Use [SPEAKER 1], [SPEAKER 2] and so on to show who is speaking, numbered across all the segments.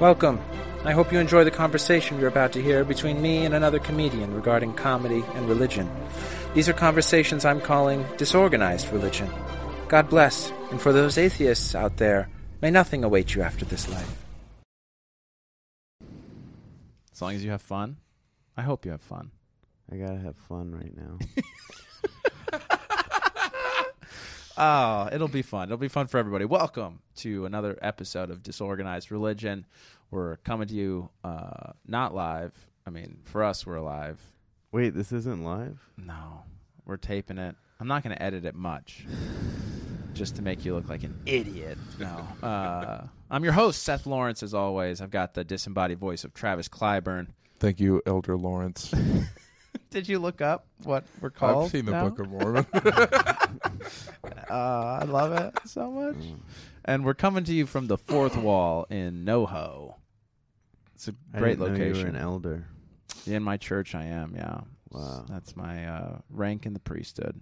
[SPEAKER 1] Welcome. I hope you enjoy the conversation you're about to hear between me and another comedian regarding comedy and religion. These are conversations I'm calling disorganized religion. God bless, and for those atheists out there, may nothing await you after this life.
[SPEAKER 2] As long as you have fun. I hope you have fun.
[SPEAKER 3] I gotta have fun right now.
[SPEAKER 2] Oh, it'll be fun. It'll be fun for everybody. Welcome to another episode of Disorganized Religion. We're coming to you uh, not live. I mean, for us, we're live.
[SPEAKER 3] Wait, this isn't live?
[SPEAKER 2] No, we're taping it. I'm not going to edit it much just to make you look like an idiot. No. Uh, I'm your host, Seth Lawrence, as always. I've got the disembodied voice of Travis Clyburn.
[SPEAKER 4] Thank you, Elder Lawrence.
[SPEAKER 2] Did you look up what we're called?
[SPEAKER 4] I've seen the
[SPEAKER 2] now?
[SPEAKER 4] Book of Mormon.
[SPEAKER 2] Uh, I love it so much.
[SPEAKER 3] Oh.
[SPEAKER 2] And we're coming to you from the fourth wall in NoHo. It's a
[SPEAKER 3] I
[SPEAKER 2] great
[SPEAKER 3] didn't know you were an
[SPEAKER 2] location.
[SPEAKER 3] elder.
[SPEAKER 2] in my church, I am. Yeah.
[SPEAKER 3] Wow.
[SPEAKER 2] That's my uh, rank in the priesthood.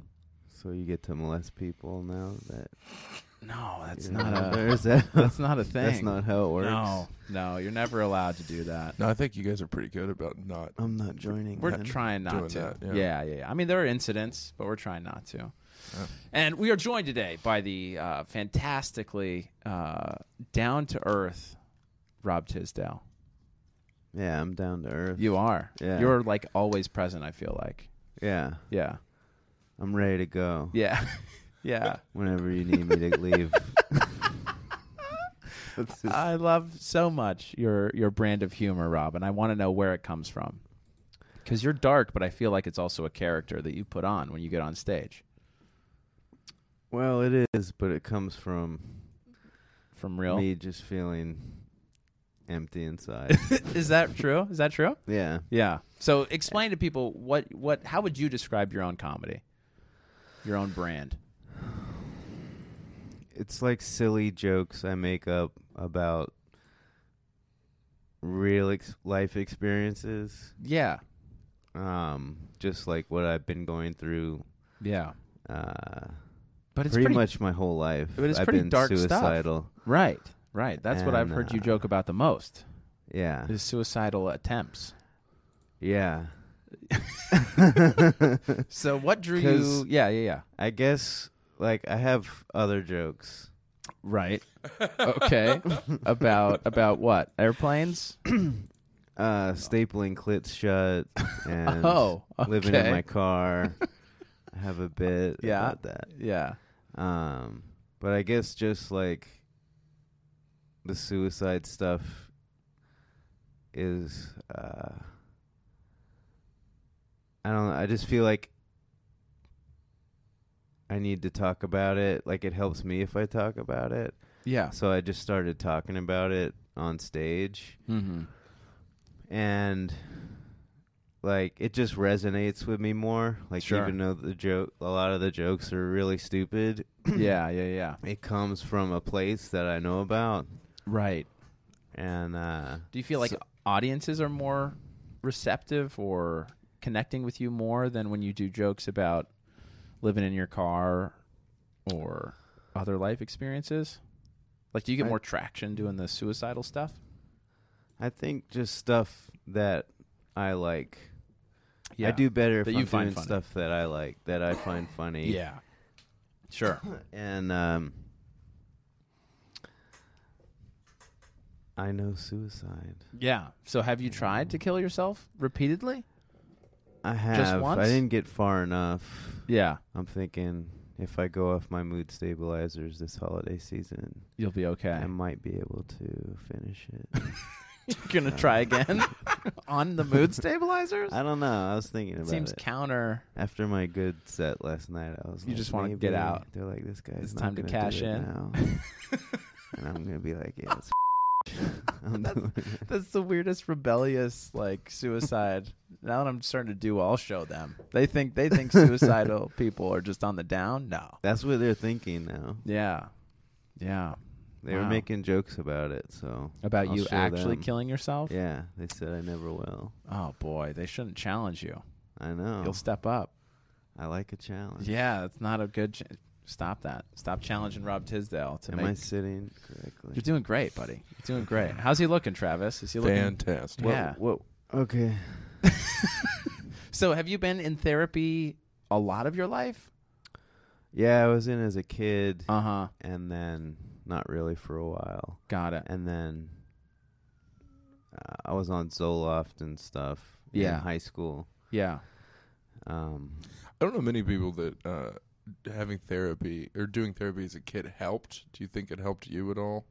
[SPEAKER 3] So you get to molest people now that
[SPEAKER 2] No, that's
[SPEAKER 3] you're an
[SPEAKER 2] not
[SPEAKER 3] elder?
[SPEAKER 2] a.
[SPEAKER 3] Is that
[SPEAKER 2] That's not a thing.
[SPEAKER 3] That's not how it works.
[SPEAKER 2] No, no, you're never allowed to do that.
[SPEAKER 4] no, I think you guys are pretty good about not.
[SPEAKER 3] I'm not joining.
[SPEAKER 2] We're
[SPEAKER 3] then.
[SPEAKER 2] trying not
[SPEAKER 4] doing
[SPEAKER 2] to.
[SPEAKER 4] that,
[SPEAKER 2] yeah.
[SPEAKER 4] yeah.
[SPEAKER 2] yeah, yeah, I mean, there are incidents, but we're trying not to. And we are joined today by the uh, fantastically uh, down to earth Rob Tisdale.
[SPEAKER 3] Yeah, I'm down to earth.
[SPEAKER 2] You are.
[SPEAKER 3] Yeah.
[SPEAKER 2] You're like always present, I feel like.
[SPEAKER 3] Yeah,
[SPEAKER 2] Yeah.
[SPEAKER 3] I'm ready to go.
[SPEAKER 2] Yeah. yeah.
[SPEAKER 3] Whenever you need me to leave. That's just-
[SPEAKER 2] I love so much your your brand of humor, Rob, and I want to know where it comes from. Cuz you're dark, but I feel like it's also a character that you put on when you get on stage
[SPEAKER 3] well, it is, but it comes from
[SPEAKER 2] from real.
[SPEAKER 3] me just feeling empty inside.
[SPEAKER 2] Is that true? Is that true?
[SPEAKER 3] yeah.
[SPEAKER 2] Yeah. So explain to people what what how would you describe your own comedy? Your own brand.
[SPEAKER 3] it's like silly jokes I make up about real ex- life experiences,
[SPEAKER 2] Yeah.
[SPEAKER 3] um, just like what I've been going through.
[SPEAKER 2] Yeah.
[SPEAKER 3] Uh,
[SPEAKER 2] But it's
[SPEAKER 3] pretty,
[SPEAKER 2] pretty,
[SPEAKER 3] much my whole life.
[SPEAKER 2] But it's
[SPEAKER 3] I've
[SPEAKER 2] pretty
[SPEAKER 3] been
[SPEAKER 2] dark stuff.
[SPEAKER 3] suicidal.
[SPEAKER 2] right. Right. That's what I've
[SPEAKER 3] And,
[SPEAKER 2] heard you
[SPEAKER 3] uh,
[SPEAKER 2] joke about the most.
[SPEAKER 3] Yeah,
[SPEAKER 2] Is suicidal attempts.
[SPEAKER 3] yeah.
[SPEAKER 2] So what drew
[SPEAKER 3] 'Cause-
[SPEAKER 2] you? Yeah, yeah, yeah.
[SPEAKER 3] I guess like I have other jokes.
[SPEAKER 2] Right. Okay. about about what? Airplanes?
[SPEAKER 3] Uh, stapling clits shut and
[SPEAKER 2] Oh,
[SPEAKER 3] living in
[SPEAKER 2] okay.
[SPEAKER 3] my car. I have a bit
[SPEAKER 2] Yeah.
[SPEAKER 3] about that.
[SPEAKER 2] Yeah.
[SPEAKER 3] Um, but I guess just like the suicide stuff is uh I don't know, I just feel like I need to talk about it. Like it helps me if I talk about it.
[SPEAKER 2] Yeah.
[SPEAKER 3] So I just started talking about it on stage
[SPEAKER 2] Mm-hmm.
[SPEAKER 3] and like it just resonates with me more. Like
[SPEAKER 2] Sure.
[SPEAKER 3] even though the joke a lot of the jokes are really stupid,
[SPEAKER 2] Yeah, yeah, yeah.
[SPEAKER 3] it comes from a place that I know about,
[SPEAKER 2] Right.
[SPEAKER 3] and uh,
[SPEAKER 2] Do you feel like
[SPEAKER 3] So-
[SPEAKER 2] audiences are more receptive or connecting with you more than when you do jokes about living in your car or other life experiences? Like do you get
[SPEAKER 3] I-
[SPEAKER 2] more traction doing the suicidal stuff?
[SPEAKER 3] I think just stuff that I like.
[SPEAKER 2] Yeah.
[SPEAKER 3] I do better if
[SPEAKER 2] That
[SPEAKER 3] I'm
[SPEAKER 2] you find
[SPEAKER 3] doing
[SPEAKER 2] funny.
[SPEAKER 3] stuff that I like, that I find funny.
[SPEAKER 2] Yeah. Sure.
[SPEAKER 3] and um, I know suicide.
[SPEAKER 2] Yeah. So have you tried to kill yourself repeatedly?
[SPEAKER 3] I have.
[SPEAKER 2] once?
[SPEAKER 3] I didn't get far enough.
[SPEAKER 2] Yeah.
[SPEAKER 3] I'm thinking if I go off my mood stabilizers this holiday season,
[SPEAKER 2] You'll be okay.
[SPEAKER 3] I might be able to finish it.
[SPEAKER 2] You're gonna try again on the mood stabilizers.
[SPEAKER 3] I don't know. I was thinking
[SPEAKER 2] It
[SPEAKER 3] about
[SPEAKER 2] seems
[SPEAKER 3] it.
[SPEAKER 2] counter.
[SPEAKER 3] After my good set last night, I was
[SPEAKER 2] You
[SPEAKER 3] like,
[SPEAKER 2] just wanna
[SPEAKER 3] "Maybe."
[SPEAKER 2] get out.
[SPEAKER 3] They're like, this guy's
[SPEAKER 2] It's
[SPEAKER 3] not
[SPEAKER 2] time to
[SPEAKER 3] gonna
[SPEAKER 2] cash
[SPEAKER 3] do it
[SPEAKER 2] in."
[SPEAKER 3] now. and I'm gonna be like, yeah, it's I'm doing it.
[SPEAKER 2] That's the weirdest rebellious like suicide. now that I'm starting to do, I'll show them. They think they think suicidal people are just on the down. No.
[SPEAKER 3] That's what they're thinking now.
[SPEAKER 2] Yeah. Yeah.
[SPEAKER 3] They were
[SPEAKER 2] Wow.
[SPEAKER 3] making jokes about it. So
[SPEAKER 2] About
[SPEAKER 3] I'll
[SPEAKER 2] you
[SPEAKER 3] show
[SPEAKER 2] actually
[SPEAKER 3] them.
[SPEAKER 2] killing yourself?
[SPEAKER 3] yeah, they said I never will.
[SPEAKER 2] Oh boy, they shouldn't challenge you.
[SPEAKER 3] I know.
[SPEAKER 2] You'll step up. Oh.
[SPEAKER 3] I like a challenge.
[SPEAKER 2] Yeah, it's not a good. Ch- Stop that. Stop challenging Rob Tisdale to
[SPEAKER 3] Am
[SPEAKER 2] make.
[SPEAKER 3] I sitting correctly?
[SPEAKER 2] You're doing great, buddy. You're doing great. How's he looking, Travis? Is he looking?
[SPEAKER 4] Fantastic.
[SPEAKER 3] Whoa,
[SPEAKER 2] yeah.
[SPEAKER 3] Whoa. Okay.
[SPEAKER 2] So, have you been in therapy a lot of your life?
[SPEAKER 3] Yeah, I was in as a kid,
[SPEAKER 2] Uh huh.
[SPEAKER 3] and then not really for a while,
[SPEAKER 2] Got it.
[SPEAKER 3] and then uh, I was on Zoloft and stuff.
[SPEAKER 2] Yeah.
[SPEAKER 3] In high school.
[SPEAKER 2] Yeah.
[SPEAKER 3] Um,
[SPEAKER 4] I don't know many people that uh, having therapy or doing therapy as a kid helped. Do you think it helped you at all?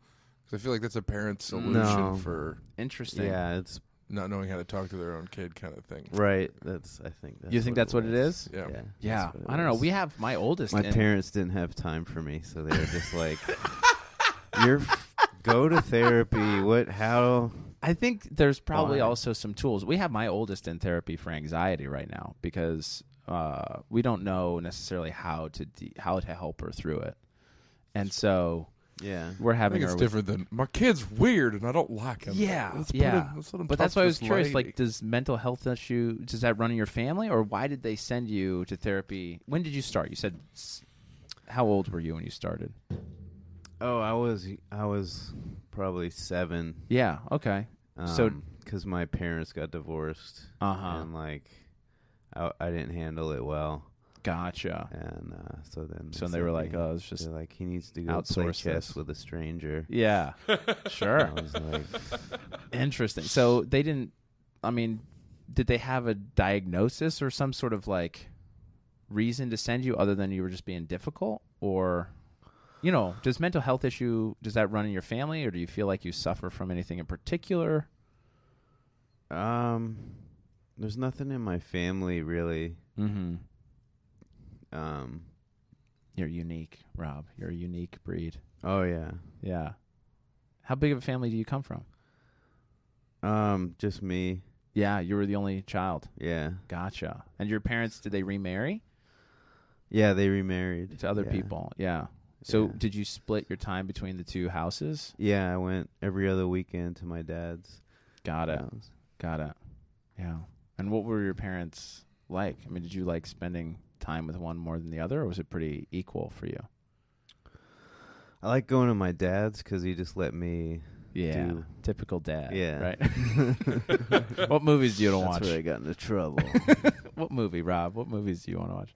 [SPEAKER 4] Because I feel like that's a parent's solution
[SPEAKER 3] No.
[SPEAKER 4] for
[SPEAKER 2] Interesting.
[SPEAKER 3] yeah, it's
[SPEAKER 4] not knowing how to talk to their own kid, kind of thing.
[SPEAKER 3] right. That's I think. That's
[SPEAKER 2] You think that's what it
[SPEAKER 3] was.
[SPEAKER 2] is?
[SPEAKER 4] Yeah.
[SPEAKER 3] Yeah.
[SPEAKER 2] Yeah.
[SPEAKER 3] that's what it
[SPEAKER 2] I don't know.
[SPEAKER 3] was.
[SPEAKER 2] We have my oldest.
[SPEAKER 3] My
[SPEAKER 2] in-
[SPEAKER 3] parents didn't have time for me, so they were just like, "You're f- go to therapy. What? How?
[SPEAKER 2] I think there's probably
[SPEAKER 3] Why?
[SPEAKER 2] also some tools. We have my oldest in therapy for anxiety right now because uh, we don't know necessarily how to de- how to help her through it, and so
[SPEAKER 3] Yeah.
[SPEAKER 2] we're
[SPEAKER 4] I
[SPEAKER 2] having
[SPEAKER 4] think it's
[SPEAKER 2] her. with-
[SPEAKER 4] different than my kid's weird and I don't like him.
[SPEAKER 2] Yeah,
[SPEAKER 4] Let's put
[SPEAKER 2] yeah.
[SPEAKER 4] him- let's let him
[SPEAKER 2] but
[SPEAKER 4] talk
[SPEAKER 2] that's
[SPEAKER 4] to
[SPEAKER 2] why I was
[SPEAKER 4] this
[SPEAKER 2] curious.
[SPEAKER 4] lady.
[SPEAKER 2] Like, does mental health issue does that run in your family, or why did they send you to therapy? When did you start? You said, s- how old were you when you started?
[SPEAKER 3] Oh, I was I was probably seven.
[SPEAKER 2] Yeah. Okay.
[SPEAKER 3] Um,
[SPEAKER 2] So-
[SPEAKER 3] because my parents got divorced,
[SPEAKER 2] Uh huh.
[SPEAKER 3] and like, I, I didn't handle it well,
[SPEAKER 2] Gotcha.
[SPEAKER 3] and uh, so then
[SPEAKER 2] So they were like,
[SPEAKER 3] "Hey,"
[SPEAKER 2] oh, it's just
[SPEAKER 3] they're like he needs to go play
[SPEAKER 2] outsource
[SPEAKER 3] chess
[SPEAKER 2] this."
[SPEAKER 3] with a stranger.
[SPEAKER 2] yeah. sure.
[SPEAKER 3] I was like,
[SPEAKER 2] Interesting. So they didn't. I mean, did they have a diagnosis or some sort of like reason to send you other than you were just being difficult, or you know, does mental health issue does that run in your family, or do you feel like you suffer from anything in particular?
[SPEAKER 3] um, there's nothing in my family really.
[SPEAKER 2] Mm-hmm.
[SPEAKER 3] Um,
[SPEAKER 2] You're unique, Rob. You're a unique breed.
[SPEAKER 3] oh yeah,
[SPEAKER 2] Yeah. How big of a family do you come from?
[SPEAKER 3] um, just me.
[SPEAKER 2] Yeah, you were the only child.
[SPEAKER 3] Yeah,
[SPEAKER 2] Gotcha. And your parents did they remarry
[SPEAKER 3] yeah, they remarried
[SPEAKER 2] to other
[SPEAKER 3] Yeah.
[SPEAKER 2] people? Yeah. So
[SPEAKER 3] Yeah.
[SPEAKER 2] did you split your time between the two houses?
[SPEAKER 3] Yeah, I went every other weekend to my dad's.
[SPEAKER 2] Got it.
[SPEAKER 3] house.
[SPEAKER 2] Got it. Yeah. And what were your parents like? I mean, did you like spending time with one more than the other, or was it pretty equal for you?
[SPEAKER 3] I like going to my dad's because he just let me.
[SPEAKER 2] Yeah.
[SPEAKER 3] do-
[SPEAKER 2] Typical dad.
[SPEAKER 3] Yeah.
[SPEAKER 2] Right. what movies do you want to watch?
[SPEAKER 3] That's where I got into trouble.
[SPEAKER 2] What movie, Rob? What movies do you want to watch?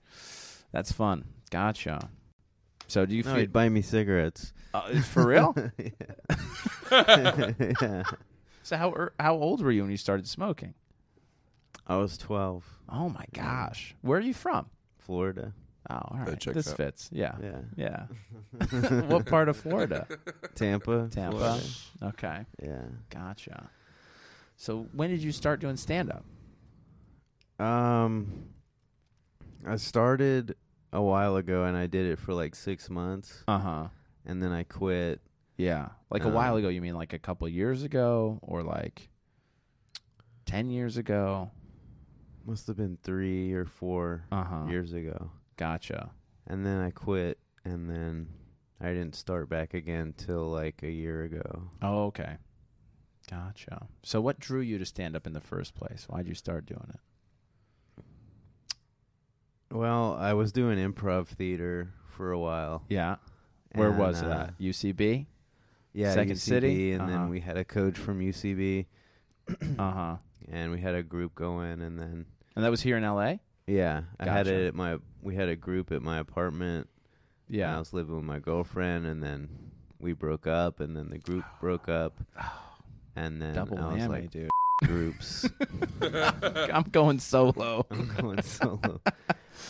[SPEAKER 2] That's fun. Gotcha. So do you
[SPEAKER 3] no,
[SPEAKER 2] feel
[SPEAKER 3] he'd buy me cigarettes.
[SPEAKER 2] uh, it's for real?
[SPEAKER 3] yeah. Yeah.
[SPEAKER 2] so how er, how old were you when you started smoking?
[SPEAKER 3] I was 12,
[SPEAKER 2] Oh
[SPEAKER 3] Mm.
[SPEAKER 2] my gosh. Where are you from?
[SPEAKER 3] Florida.
[SPEAKER 2] Oh, all
[SPEAKER 4] That
[SPEAKER 2] right.
[SPEAKER 4] checks
[SPEAKER 2] This
[SPEAKER 4] out.
[SPEAKER 2] fits. Yeah.
[SPEAKER 3] Yeah.
[SPEAKER 2] Yeah. what part of Florida?
[SPEAKER 3] Tampa.
[SPEAKER 2] Tampa.
[SPEAKER 3] Florida.
[SPEAKER 2] Okay.
[SPEAKER 3] Yeah.
[SPEAKER 2] Gotcha. So when did you start doing stand up?
[SPEAKER 3] Um, I started a while ago and I did it for like six months
[SPEAKER 2] Uh huh.
[SPEAKER 3] and then I quit.
[SPEAKER 2] Yeah. Like a
[SPEAKER 3] Uh,
[SPEAKER 2] while ago, you mean like a couple years ago or like 10 years ago?
[SPEAKER 3] Must have been three or four
[SPEAKER 2] Uh huh.
[SPEAKER 3] years ago.
[SPEAKER 2] Gotcha.
[SPEAKER 3] And then I quit and then I didn't start back again till like a year ago.
[SPEAKER 2] Oh, okay. Gotcha. So what drew you to stand up in the first place? Why'd you start doing it?
[SPEAKER 3] Well, I was doing improv theater for a while.
[SPEAKER 2] Yeah. Where
[SPEAKER 3] and,
[SPEAKER 2] was
[SPEAKER 3] uh,
[SPEAKER 2] it at? UCB?
[SPEAKER 3] Yeah,
[SPEAKER 2] Second
[SPEAKER 3] UCB,
[SPEAKER 2] City?
[SPEAKER 3] and
[SPEAKER 2] Uh-huh.
[SPEAKER 3] then we had a coach from UCB,
[SPEAKER 2] uh huh.
[SPEAKER 3] and we had a group going, and then
[SPEAKER 2] And that was here in LA?
[SPEAKER 3] yeah, I had
[SPEAKER 2] Gotcha.
[SPEAKER 3] it at my we had a group at my apartment. and I
[SPEAKER 2] Yeah.
[SPEAKER 3] was living with my girlfriend, and then we broke up, and then the group broke up, and then
[SPEAKER 2] Double
[SPEAKER 3] I was
[SPEAKER 2] whammy,
[SPEAKER 3] like,
[SPEAKER 2] dude.
[SPEAKER 3] groups,
[SPEAKER 2] I'm going solo.
[SPEAKER 3] I'm going solo,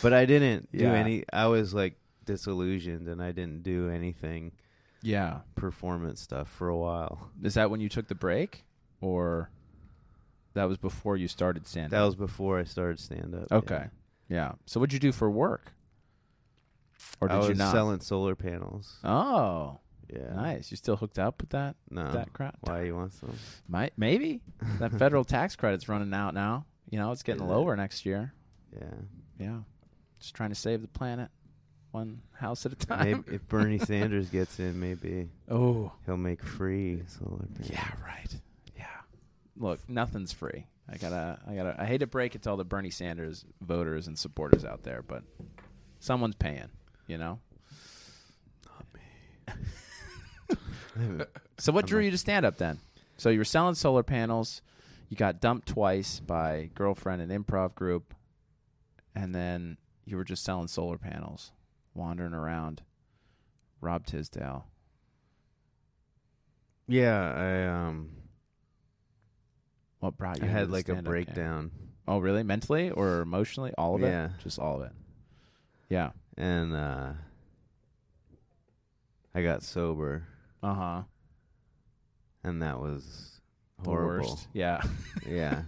[SPEAKER 3] but I didn't do
[SPEAKER 2] Yeah.
[SPEAKER 3] any. I was like disillusioned, and I didn't do anything
[SPEAKER 2] Yeah.
[SPEAKER 3] performance stuff for a while.
[SPEAKER 2] Is that when you took the break, or that was before you started stand
[SPEAKER 3] That
[SPEAKER 2] up?
[SPEAKER 3] was before I started stand up.
[SPEAKER 2] okay. Yeah. So what'd you do for work, or did
[SPEAKER 3] I was
[SPEAKER 2] you not?
[SPEAKER 3] selling solar panels.
[SPEAKER 2] oh,
[SPEAKER 3] Yeah. Um,
[SPEAKER 2] nice. You still hooked up with that
[SPEAKER 3] No.
[SPEAKER 2] that crowd?
[SPEAKER 3] Why you want some?
[SPEAKER 2] Might maybe that federal tax credit's running out now. You know, it's getting
[SPEAKER 3] Is it?
[SPEAKER 2] lower next year.
[SPEAKER 3] Yeah.
[SPEAKER 2] Yeah. Just trying to save the planet, one house at a time.
[SPEAKER 3] Maybe if Bernie Sanders gets in, maybe
[SPEAKER 2] Oh.
[SPEAKER 3] he'll make free solar panels.
[SPEAKER 2] Yeah, right. Yeah. Look, nothing's free. I gotta, I gotta, I hate to break it to all the Bernie Sanders voters and supporters out there, but someone's paying, you know? So what drew you to stand up then? So you were selling solar panels, you got dumped twice by girlfriend and improv group, and then you were just selling solar panels, wandering around. Rob Tisdale.
[SPEAKER 3] yeah, I um,
[SPEAKER 2] What brought you?
[SPEAKER 3] I
[SPEAKER 2] into
[SPEAKER 3] had
[SPEAKER 2] the
[SPEAKER 3] like a
[SPEAKER 2] stand-up game?
[SPEAKER 3] breakdown,
[SPEAKER 2] Oh, really? Mentally or emotionally? All of it?
[SPEAKER 3] Yeah.
[SPEAKER 2] Just all of it. Yeah.
[SPEAKER 3] and uh, I got sober,
[SPEAKER 2] Uh huh.
[SPEAKER 3] and that was
[SPEAKER 2] The
[SPEAKER 3] horrible.
[SPEAKER 2] worst. Yeah.
[SPEAKER 3] Yeah,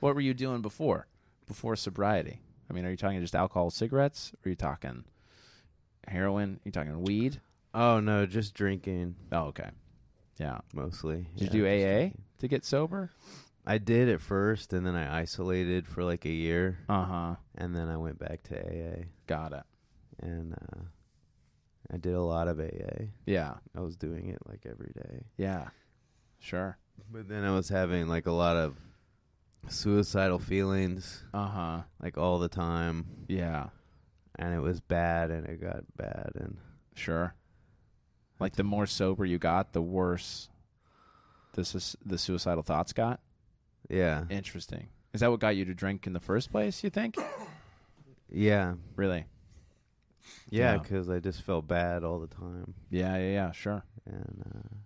[SPEAKER 2] what were you doing before? Before sobriety? I mean, are you talking just alcohol, cigarettes? Or are you talking heroin? Are you talking weed?
[SPEAKER 3] Oh no, just drinking
[SPEAKER 2] Oh, okay. Yeah.
[SPEAKER 3] mostly.
[SPEAKER 2] Did
[SPEAKER 3] Yeah,
[SPEAKER 2] you do
[SPEAKER 3] just
[SPEAKER 2] AA
[SPEAKER 3] drinking.
[SPEAKER 2] to get sober?
[SPEAKER 3] I did at first, and then I isolated for like a year,
[SPEAKER 2] Uh huh.
[SPEAKER 3] and then I went back to AA,
[SPEAKER 2] Got it.
[SPEAKER 3] and uh, I did a lot of AA.
[SPEAKER 2] Yeah.
[SPEAKER 3] I was doing it like every day,
[SPEAKER 2] Yeah. Sure.
[SPEAKER 3] but then I was having like a lot of suicidal feelings,
[SPEAKER 2] Uh huh.
[SPEAKER 3] like all the time,
[SPEAKER 2] Yeah.
[SPEAKER 3] and it was bad, and it got bad, and
[SPEAKER 2] Sure. Like the more sober you got, the worse this is the suicidal thoughts got.
[SPEAKER 3] yeah,
[SPEAKER 2] Eh. Interesting. Is that what got you to drink in the first place, you think?
[SPEAKER 3] yeah,
[SPEAKER 2] Really?
[SPEAKER 3] yeah,
[SPEAKER 2] Yeah.
[SPEAKER 3] because I just felt bad all the time,
[SPEAKER 2] Yeah, yeah, yeah, sure.
[SPEAKER 3] and uh,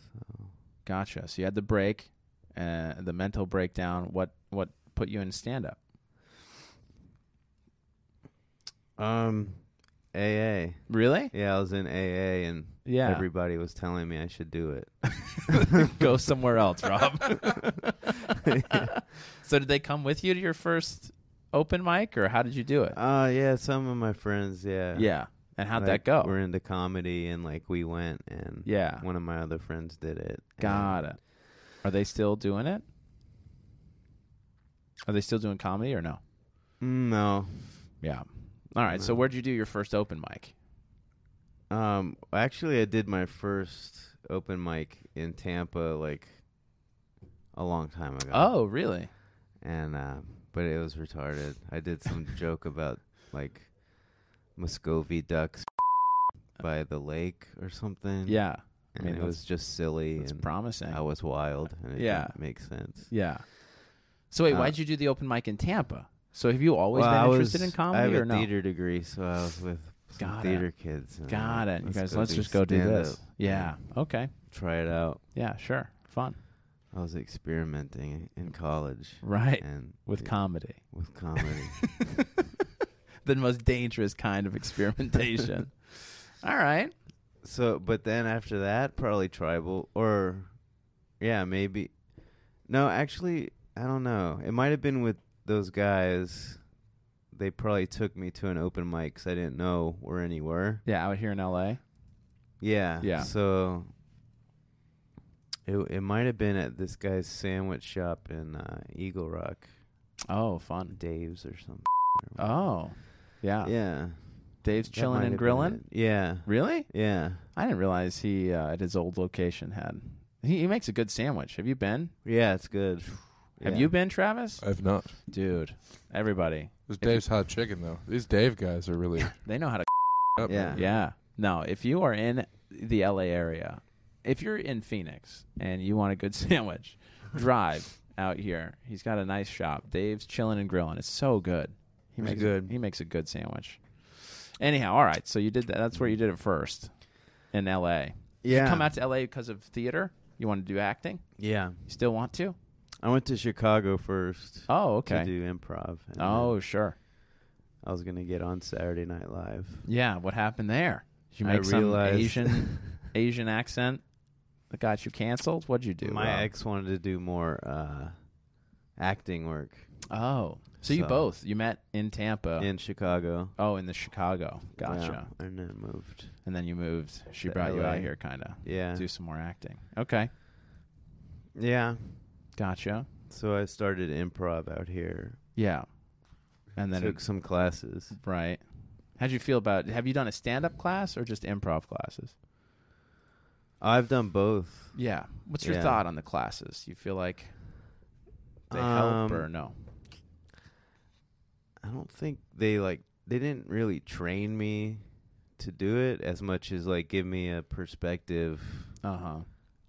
[SPEAKER 3] so
[SPEAKER 2] Gotcha. So you had the break, uh, the mental breakdown. What what put you in stand up?
[SPEAKER 3] Um, AA.
[SPEAKER 2] Really?
[SPEAKER 3] Yeah, I was in AA, and
[SPEAKER 2] Yeah.
[SPEAKER 3] everybody was telling me I should do it.
[SPEAKER 2] Go somewhere else, Rob. so did they come with you to your first open mic, or how did you do it?
[SPEAKER 3] Uh, yeah, some of my friends, yeah,
[SPEAKER 2] yeah. And how'd that
[SPEAKER 3] like,
[SPEAKER 2] go?
[SPEAKER 3] We're into comedy, and like we went, and
[SPEAKER 2] Yeah.
[SPEAKER 3] one of my other friends did it. and-
[SPEAKER 2] Got it. Are they still doing it? Are they still doing comedy or no?
[SPEAKER 3] Mm, no.
[SPEAKER 2] Yeah. All right. So
[SPEAKER 3] No.
[SPEAKER 2] where'd you do your first open mic?
[SPEAKER 3] Um, actually, I did my first open mic in Tampa like a long time ago.
[SPEAKER 2] Oh, really?
[SPEAKER 3] and uh, but it was retarded. I did some joke about like Muscovy ducks by the lake or something.
[SPEAKER 2] Yeah. I
[SPEAKER 3] and
[SPEAKER 2] mean,
[SPEAKER 3] it was just silly.
[SPEAKER 2] It's
[SPEAKER 3] and
[SPEAKER 2] promising.
[SPEAKER 3] I was wild, and it
[SPEAKER 2] Yeah.
[SPEAKER 3] didn't make sense.
[SPEAKER 2] Yeah. So wait,
[SPEAKER 3] Uh,
[SPEAKER 2] why'd you do the open mic in Tampa? So have you always
[SPEAKER 3] Well, I
[SPEAKER 2] been interested
[SPEAKER 3] was-
[SPEAKER 2] in comedy
[SPEAKER 3] I have
[SPEAKER 2] or
[SPEAKER 3] a
[SPEAKER 2] no?
[SPEAKER 3] theater degree, so I was with some
[SPEAKER 2] Got it.
[SPEAKER 3] theater kids. and I'm
[SPEAKER 2] Got it.
[SPEAKER 3] like,
[SPEAKER 2] You guys, let's
[SPEAKER 3] do
[SPEAKER 2] just go do
[SPEAKER 3] stand-up
[SPEAKER 2] this. Yeah.
[SPEAKER 3] and
[SPEAKER 2] Okay.
[SPEAKER 3] try it out.
[SPEAKER 2] Yeah. Sure. Fun.
[SPEAKER 3] I was experimenting in college,
[SPEAKER 2] Right.
[SPEAKER 3] and
[SPEAKER 2] With
[SPEAKER 3] yeah,
[SPEAKER 2] comedy,
[SPEAKER 3] with comedy.
[SPEAKER 2] the most dangerous kind of experimentation. All right.
[SPEAKER 3] So, but then after that, probably tribal or, yeah, maybe. No, actually, I don't know. It might have been with those guys. They probably took me to an open mic 'cause I didn't know where any were.
[SPEAKER 2] Yeah, out here in L.A.
[SPEAKER 3] Yeah.
[SPEAKER 2] Yeah.
[SPEAKER 3] So it it might have been at this guy's sandwich shop in uh, Eagle Rock,
[SPEAKER 2] Oh, fun.
[SPEAKER 3] Dave's or something. or
[SPEAKER 2] Oh, yeah.
[SPEAKER 3] whatever. yeah.
[SPEAKER 2] Dave's
[SPEAKER 3] That
[SPEAKER 2] chilling
[SPEAKER 3] might have
[SPEAKER 2] and
[SPEAKER 3] been
[SPEAKER 2] grilling.
[SPEAKER 3] it. Yeah.
[SPEAKER 2] Really?
[SPEAKER 3] Yeah.
[SPEAKER 2] I didn't realize he uh, at his old location had. He, he makes a good sandwich. Have you been?
[SPEAKER 3] Yeah, it's good.
[SPEAKER 2] Have
[SPEAKER 3] Yeah.
[SPEAKER 2] you been, Travis?
[SPEAKER 3] Uh,
[SPEAKER 4] I've not.
[SPEAKER 2] Dude, everybody,
[SPEAKER 4] It's
[SPEAKER 2] you-
[SPEAKER 4] Dave's hot chicken though. These Dave guys are really
[SPEAKER 2] they know how to.
[SPEAKER 4] up.
[SPEAKER 3] Yeah.
[SPEAKER 4] man.
[SPEAKER 2] Yeah. No, if you are in the LA area, if you're in Phoenix and you want a good sandwich, drive out here. He's got a nice shop. Dave's chilling and grilling. It's so good. He
[SPEAKER 3] It's
[SPEAKER 2] makes
[SPEAKER 3] good.
[SPEAKER 2] he makes a good sandwich. Anyhow, all right. So you did that. That's where you did it first in LA. Did
[SPEAKER 3] Yeah.
[SPEAKER 2] you come out to LA because of theater? You want to do acting?
[SPEAKER 3] Yeah.
[SPEAKER 2] You still want to?
[SPEAKER 3] I went to Chicago first.
[SPEAKER 2] Oh, okay.
[SPEAKER 3] to do improv. and
[SPEAKER 2] oh,
[SPEAKER 3] then
[SPEAKER 2] sure.
[SPEAKER 3] I was gonna get on Saturday Night Live.
[SPEAKER 2] Yeah, what happened there? Did you
[SPEAKER 3] I
[SPEAKER 2] make some
[SPEAKER 3] realized-
[SPEAKER 2] Asian Asian accent that got you canceled? What'd you do?
[SPEAKER 3] My
[SPEAKER 2] Rob?
[SPEAKER 3] ex wanted to do more uh, acting work
[SPEAKER 2] Oh, so, you
[SPEAKER 3] So-
[SPEAKER 2] both you met in Tampa?
[SPEAKER 3] in Chicago.
[SPEAKER 2] oh, in the Chicago. Gotcha.
[SPEAKER 3] Yeah, and then moved.
[SPEAKER 2] And then you moved. She
[SPEAKER 3] To
[SPEAKER 2] brought you out
[SPEAKER 3] LA.
[SPEAKER 2] here, kind of
[SPEAKER 3] Yeah,
[SPEAKER 2] do some more acting. Okay,
[SPEAKER 3] yeah.
[SPEAKER 2] gotcha.
[SPEAKER 3] So I started improv out here.
[SPEAKER 2] Yeah, and then
[SPEAKER 3] took some classes.
[SPEAKER 2] right. How'd you feel about? Have you done a stand-up class or just improv classes?
[SPEAKER 3] I've done both.
[SPEAKER 2] Yeah. What's your
[SPEAKER 3] Yeah.
[SPEAKER 2] thought on the classes? You feel like they help
[SPEAKER 3] Um,
[SPEAKER 2] or no?
[SPEAKER 3] I don't think they like they didn't really train me to do it as much as like give me a perspective
[SPEAKER 2] Uh huh.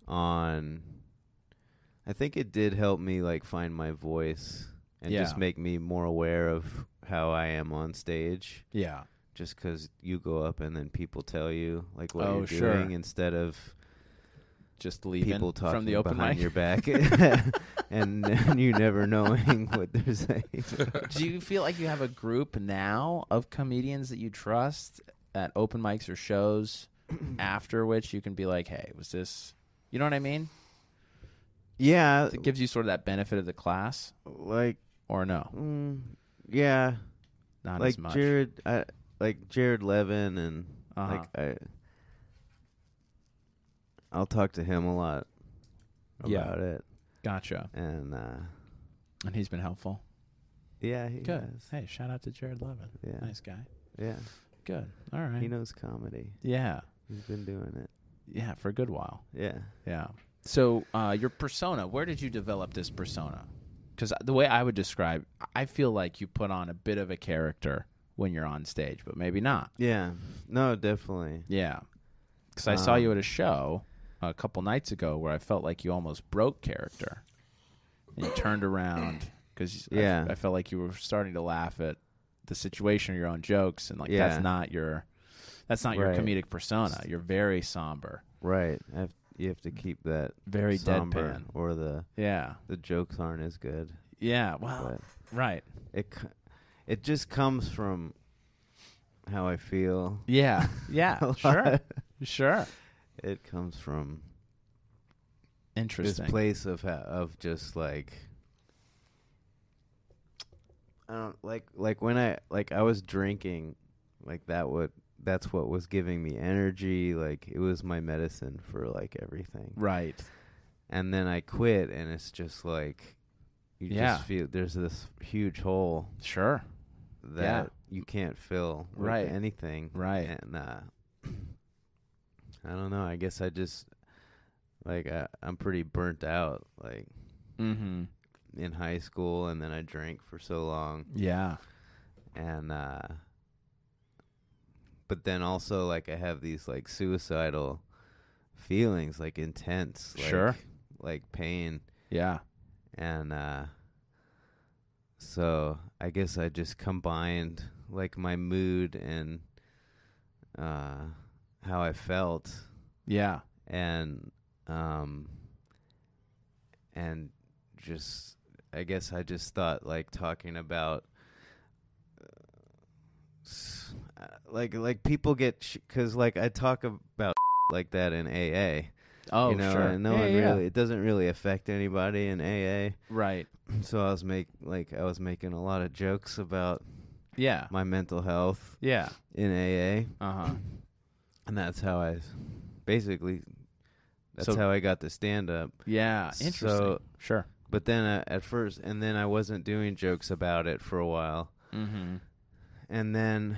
[SPEAKER 3] on I think it did help me like find my voice and just
[SPEAKER 2] Yeah.
[SPEAKER 3] make me more aware of how I am on stage
[SPEAKER 2] Yeah.
[SPEAKER 3] just cuz you go up and then people tell you like what
[SPEAKER 2] Oh,
[SPEAKER 3] you're
[SPEAKER 2] sure.
[SPEAKER 3] doing instead of
[SPEAKER 2] Just leaving
[SPEAKER 3] people talking
[SPEAKER 2] from the open
[SPEAKER 3] behind
[SPEAKER 2] mic.
[SPEAKER 3] your back and, and you never knowing what they're saying.
[SPEAKER 2] Do you feel like you have a group now of comedians that you trust at open mics or shows after which you can be like, hey, was this. You know what I mean?
[SPEAKER 3] Yeah,
[SPEAKER 2] It gives you sort of that benefit of the class,
[SPEAKER 3] like
[SPEAKER 2] or no?
[SPEAKER 3] mm, yeah,
[SPEAKER 2] Not
[SPEAKER 3] like
[SPEAKER 2] as much.
[SPEAKER 3] Jared, I, like Jared Levin, and
[SPEAKER 2] Uh-huh.
[SPEAKER 3] like I, I'll talk to him a lot
[SPEAKER 2] Yeah.
[SPEAKER 3] about it,
[SPEAKER 2] Gotcha.
[SPEAKER 3] and uh,
[SPEAKER 2] And he's been helpful.
[SPEAKER 3] yeah, he
[SPEAKER 2] Good.
[SPEAKER 3] has.
[SPEAKER 2] Hey, shout out to Jared Levin.
[SPEAKER 3] yeah,
[SPEAKER 2] Nice guy.
[SPEAKER 3] yeah,
[SPEAKER 2] Good. All right.
[SPEAKER 3] he knows comedy.
[SPEAKER 2] yeah.
[SPEAKER 3] He's been doing it.
[SPEAKER 2] Yeah, for a good while.
[SPEAKER 3] Yeah,
[SPEAKER 2] Yeah. So uh, your persona, where did you develop this persona? Because the way I would describe, I feel like you put on a bit of a character when you're on stage, but maybe not.
[SPEAKER 3] yeah, no, definitely.
[SPEAKER 2] Yeah. Because I saw
[SPEAKER 3] Um,
[SPEAKER 2] you at a show a couple nights ago where I felt like you almost broke character. And you turned around because
[SPEAKER 3] Yeah.
[SPEAKER 2] I, felt like you were starting to laugh at the situation or your own jokes, and like
[SPEAKER 3] Yeah.
[SPEAKER 2] that's not your that's not your
[SPEAKER 3] Right.
[SPEAKER 2] comedic persona. You're very somber,
[SPEAKER 3] Right, I have, you have to keep that
[SPEAKER 2] very
[SPEAKER 3] somber,
[SPEAKER 2] deadpan.
[SPEAKER 3] or the
[SPEAKER 2] Yeah.
[SPEAKER 3] the jokes aren't as good.
[SPEAKER 2] Yeah. Well.
[SPEAKER 3] but
[SPEAKER 2] Right.
[SPEAKER 3] it co- it just comes from how I feel.
[SPEAKER 2] Yeah. Yeah.
[SPEAKER 3] a
[SPEAKER 2] sure.
[SPEAKER 3] lot.
[SPEAKER 2] Sure.
[SPEAKER 3] It comes from this
[SPEAKER 2] Interesting.
[SPEAKER 3] place of ha- of just like I don't like like when I like I was drinking, like that would that's what was giving me energy. Like it was my medicine for like everything.
[SPEAKER 2] Right.
[SPEAKER 3] And then I quit, and it's just like you
[SPEAKER 2] Yeah.
[SPEAKER 3] just feel there's this huge hole
[SPEAKER 2] Sure.
[SPEAKER 3] that you can't fill with
[SPEAKER 2] Right.
[SPEAKER 3] anything.
[SPEAKER 2] Right.
[SPEAKER 3] And uh, I don't know. I guess I just like I, I'm pretty burnt out. Like
[SPEAKER 2] Mm-hmm.
[SPEAKER 3] in high school, and then I drank for so long,
[SPEAKER 2] Yeah.
[SPEAKER 3] and uh, but then also like I have these like suicidal feelings, like intense, like,
[SPEAKER 2] Sure.
[SPEAKER 3] like pain,
[SPEAKER 2] Yeah.
[SPEAKER 3] and uh, so I guess I just combined like my mood and uh, how I felt,
[SPEAKER 2] Yeah.
[SPEAKER 3] and um, and just I guess I just thought like talking about. s- uh, Like like people get because like I talk about like that in AA,
[SPEAKER 2] Oh,
[SPEAKER 3] you know,
[SPEAKER 2] sure.
[SPEAKER 3] and no
[SPEAKER 2] Yeah,
[SPEAKER 3] one
[SPEAKER 2] yeah, yeah.
[SPEAKER 3] really it doesn't really affect anybody in AA
[SPEAKER 2] Right.
[SPEAKER 3] so I was make like I was making a lot of jokes about
[SPEAKER 2] Yeah.
[SPEAKER 3] my mental health
[SPEAKER 2] Yeah.
[SPEAKER 3] in AA,
[SPEAKER 2] Uh huh.
[SPEAKER 3] and that's how I basically that's
[SPEAKER 2] So-
[SPEAKER 3] how I got to stand up.
[SPEAKER 2] Yeah.
[SPEAKER 3] So-
[SPEAKER 2] Interesting. sure.
[SPEAKER 3] But then I, at first, and then I wasn't doing jokes about it for a while,
[SPEAKER 2] Mm-hmm.
[SPEAKER 3] and then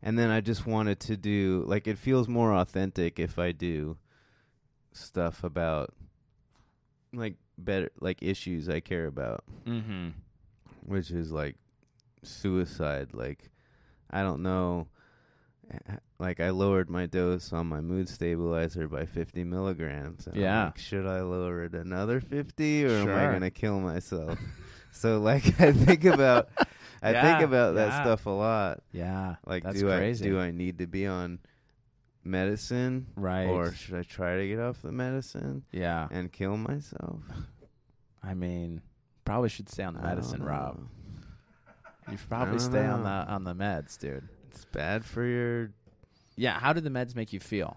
[SPEAKER 3] and then I just wanted to do like it feels more authentic if I do stuff about like better like issues I care about.
[SPEAKER 2] Mm-hmm.
[SPEAKER 3] which is like suicide like i don't know Eh, like i lowered my dose on my mood stabilizer by 50 milligrams and I'm
[SPEAKER 2] Yeah.
[SPEAKER 3] like, should i lower it another 50 or am i
[SPEAKER 2] Sure.
[SPEAKER 3] gonna kill myself so like i think about i
[SPEAKER 2] Yeah,
[SPEAKER 3] think about that
[SPEAKER 2] yeah.
[SPEAKER 3] stuff a lot
[SPEAKER 2] Yeah.
[SPEAKER 3] like
[SPEAKER 2] That's
[SPEAKER 3] do
[SPEAKER 2] crazy.
[SPEAKER 3] i do i need to be on medicine
[SPEAKER 2] Right. Ah.
[SPEAKER 3] or should i try to get off the medicine
[SPEAKER 2] yeah.
[SPEAKER 3] and kill myself
[SPEAKER 2] I mean, probably should stay on the
[SPEAKER 3] I don't
[SPEAKER 2] medicine, Rob.
[SPEAKER 3] know.
[SPEAKER 2] You should probably
[SPEAKER 3] don't
[SPEAKER 2] stay on the
[SPEAKER 3] know.
[SPEAKER 2] on the meds, dude.
[SPEAKER 3] it's bad for your
[SPEAKER 2] Yeah. How did the meds make you feel?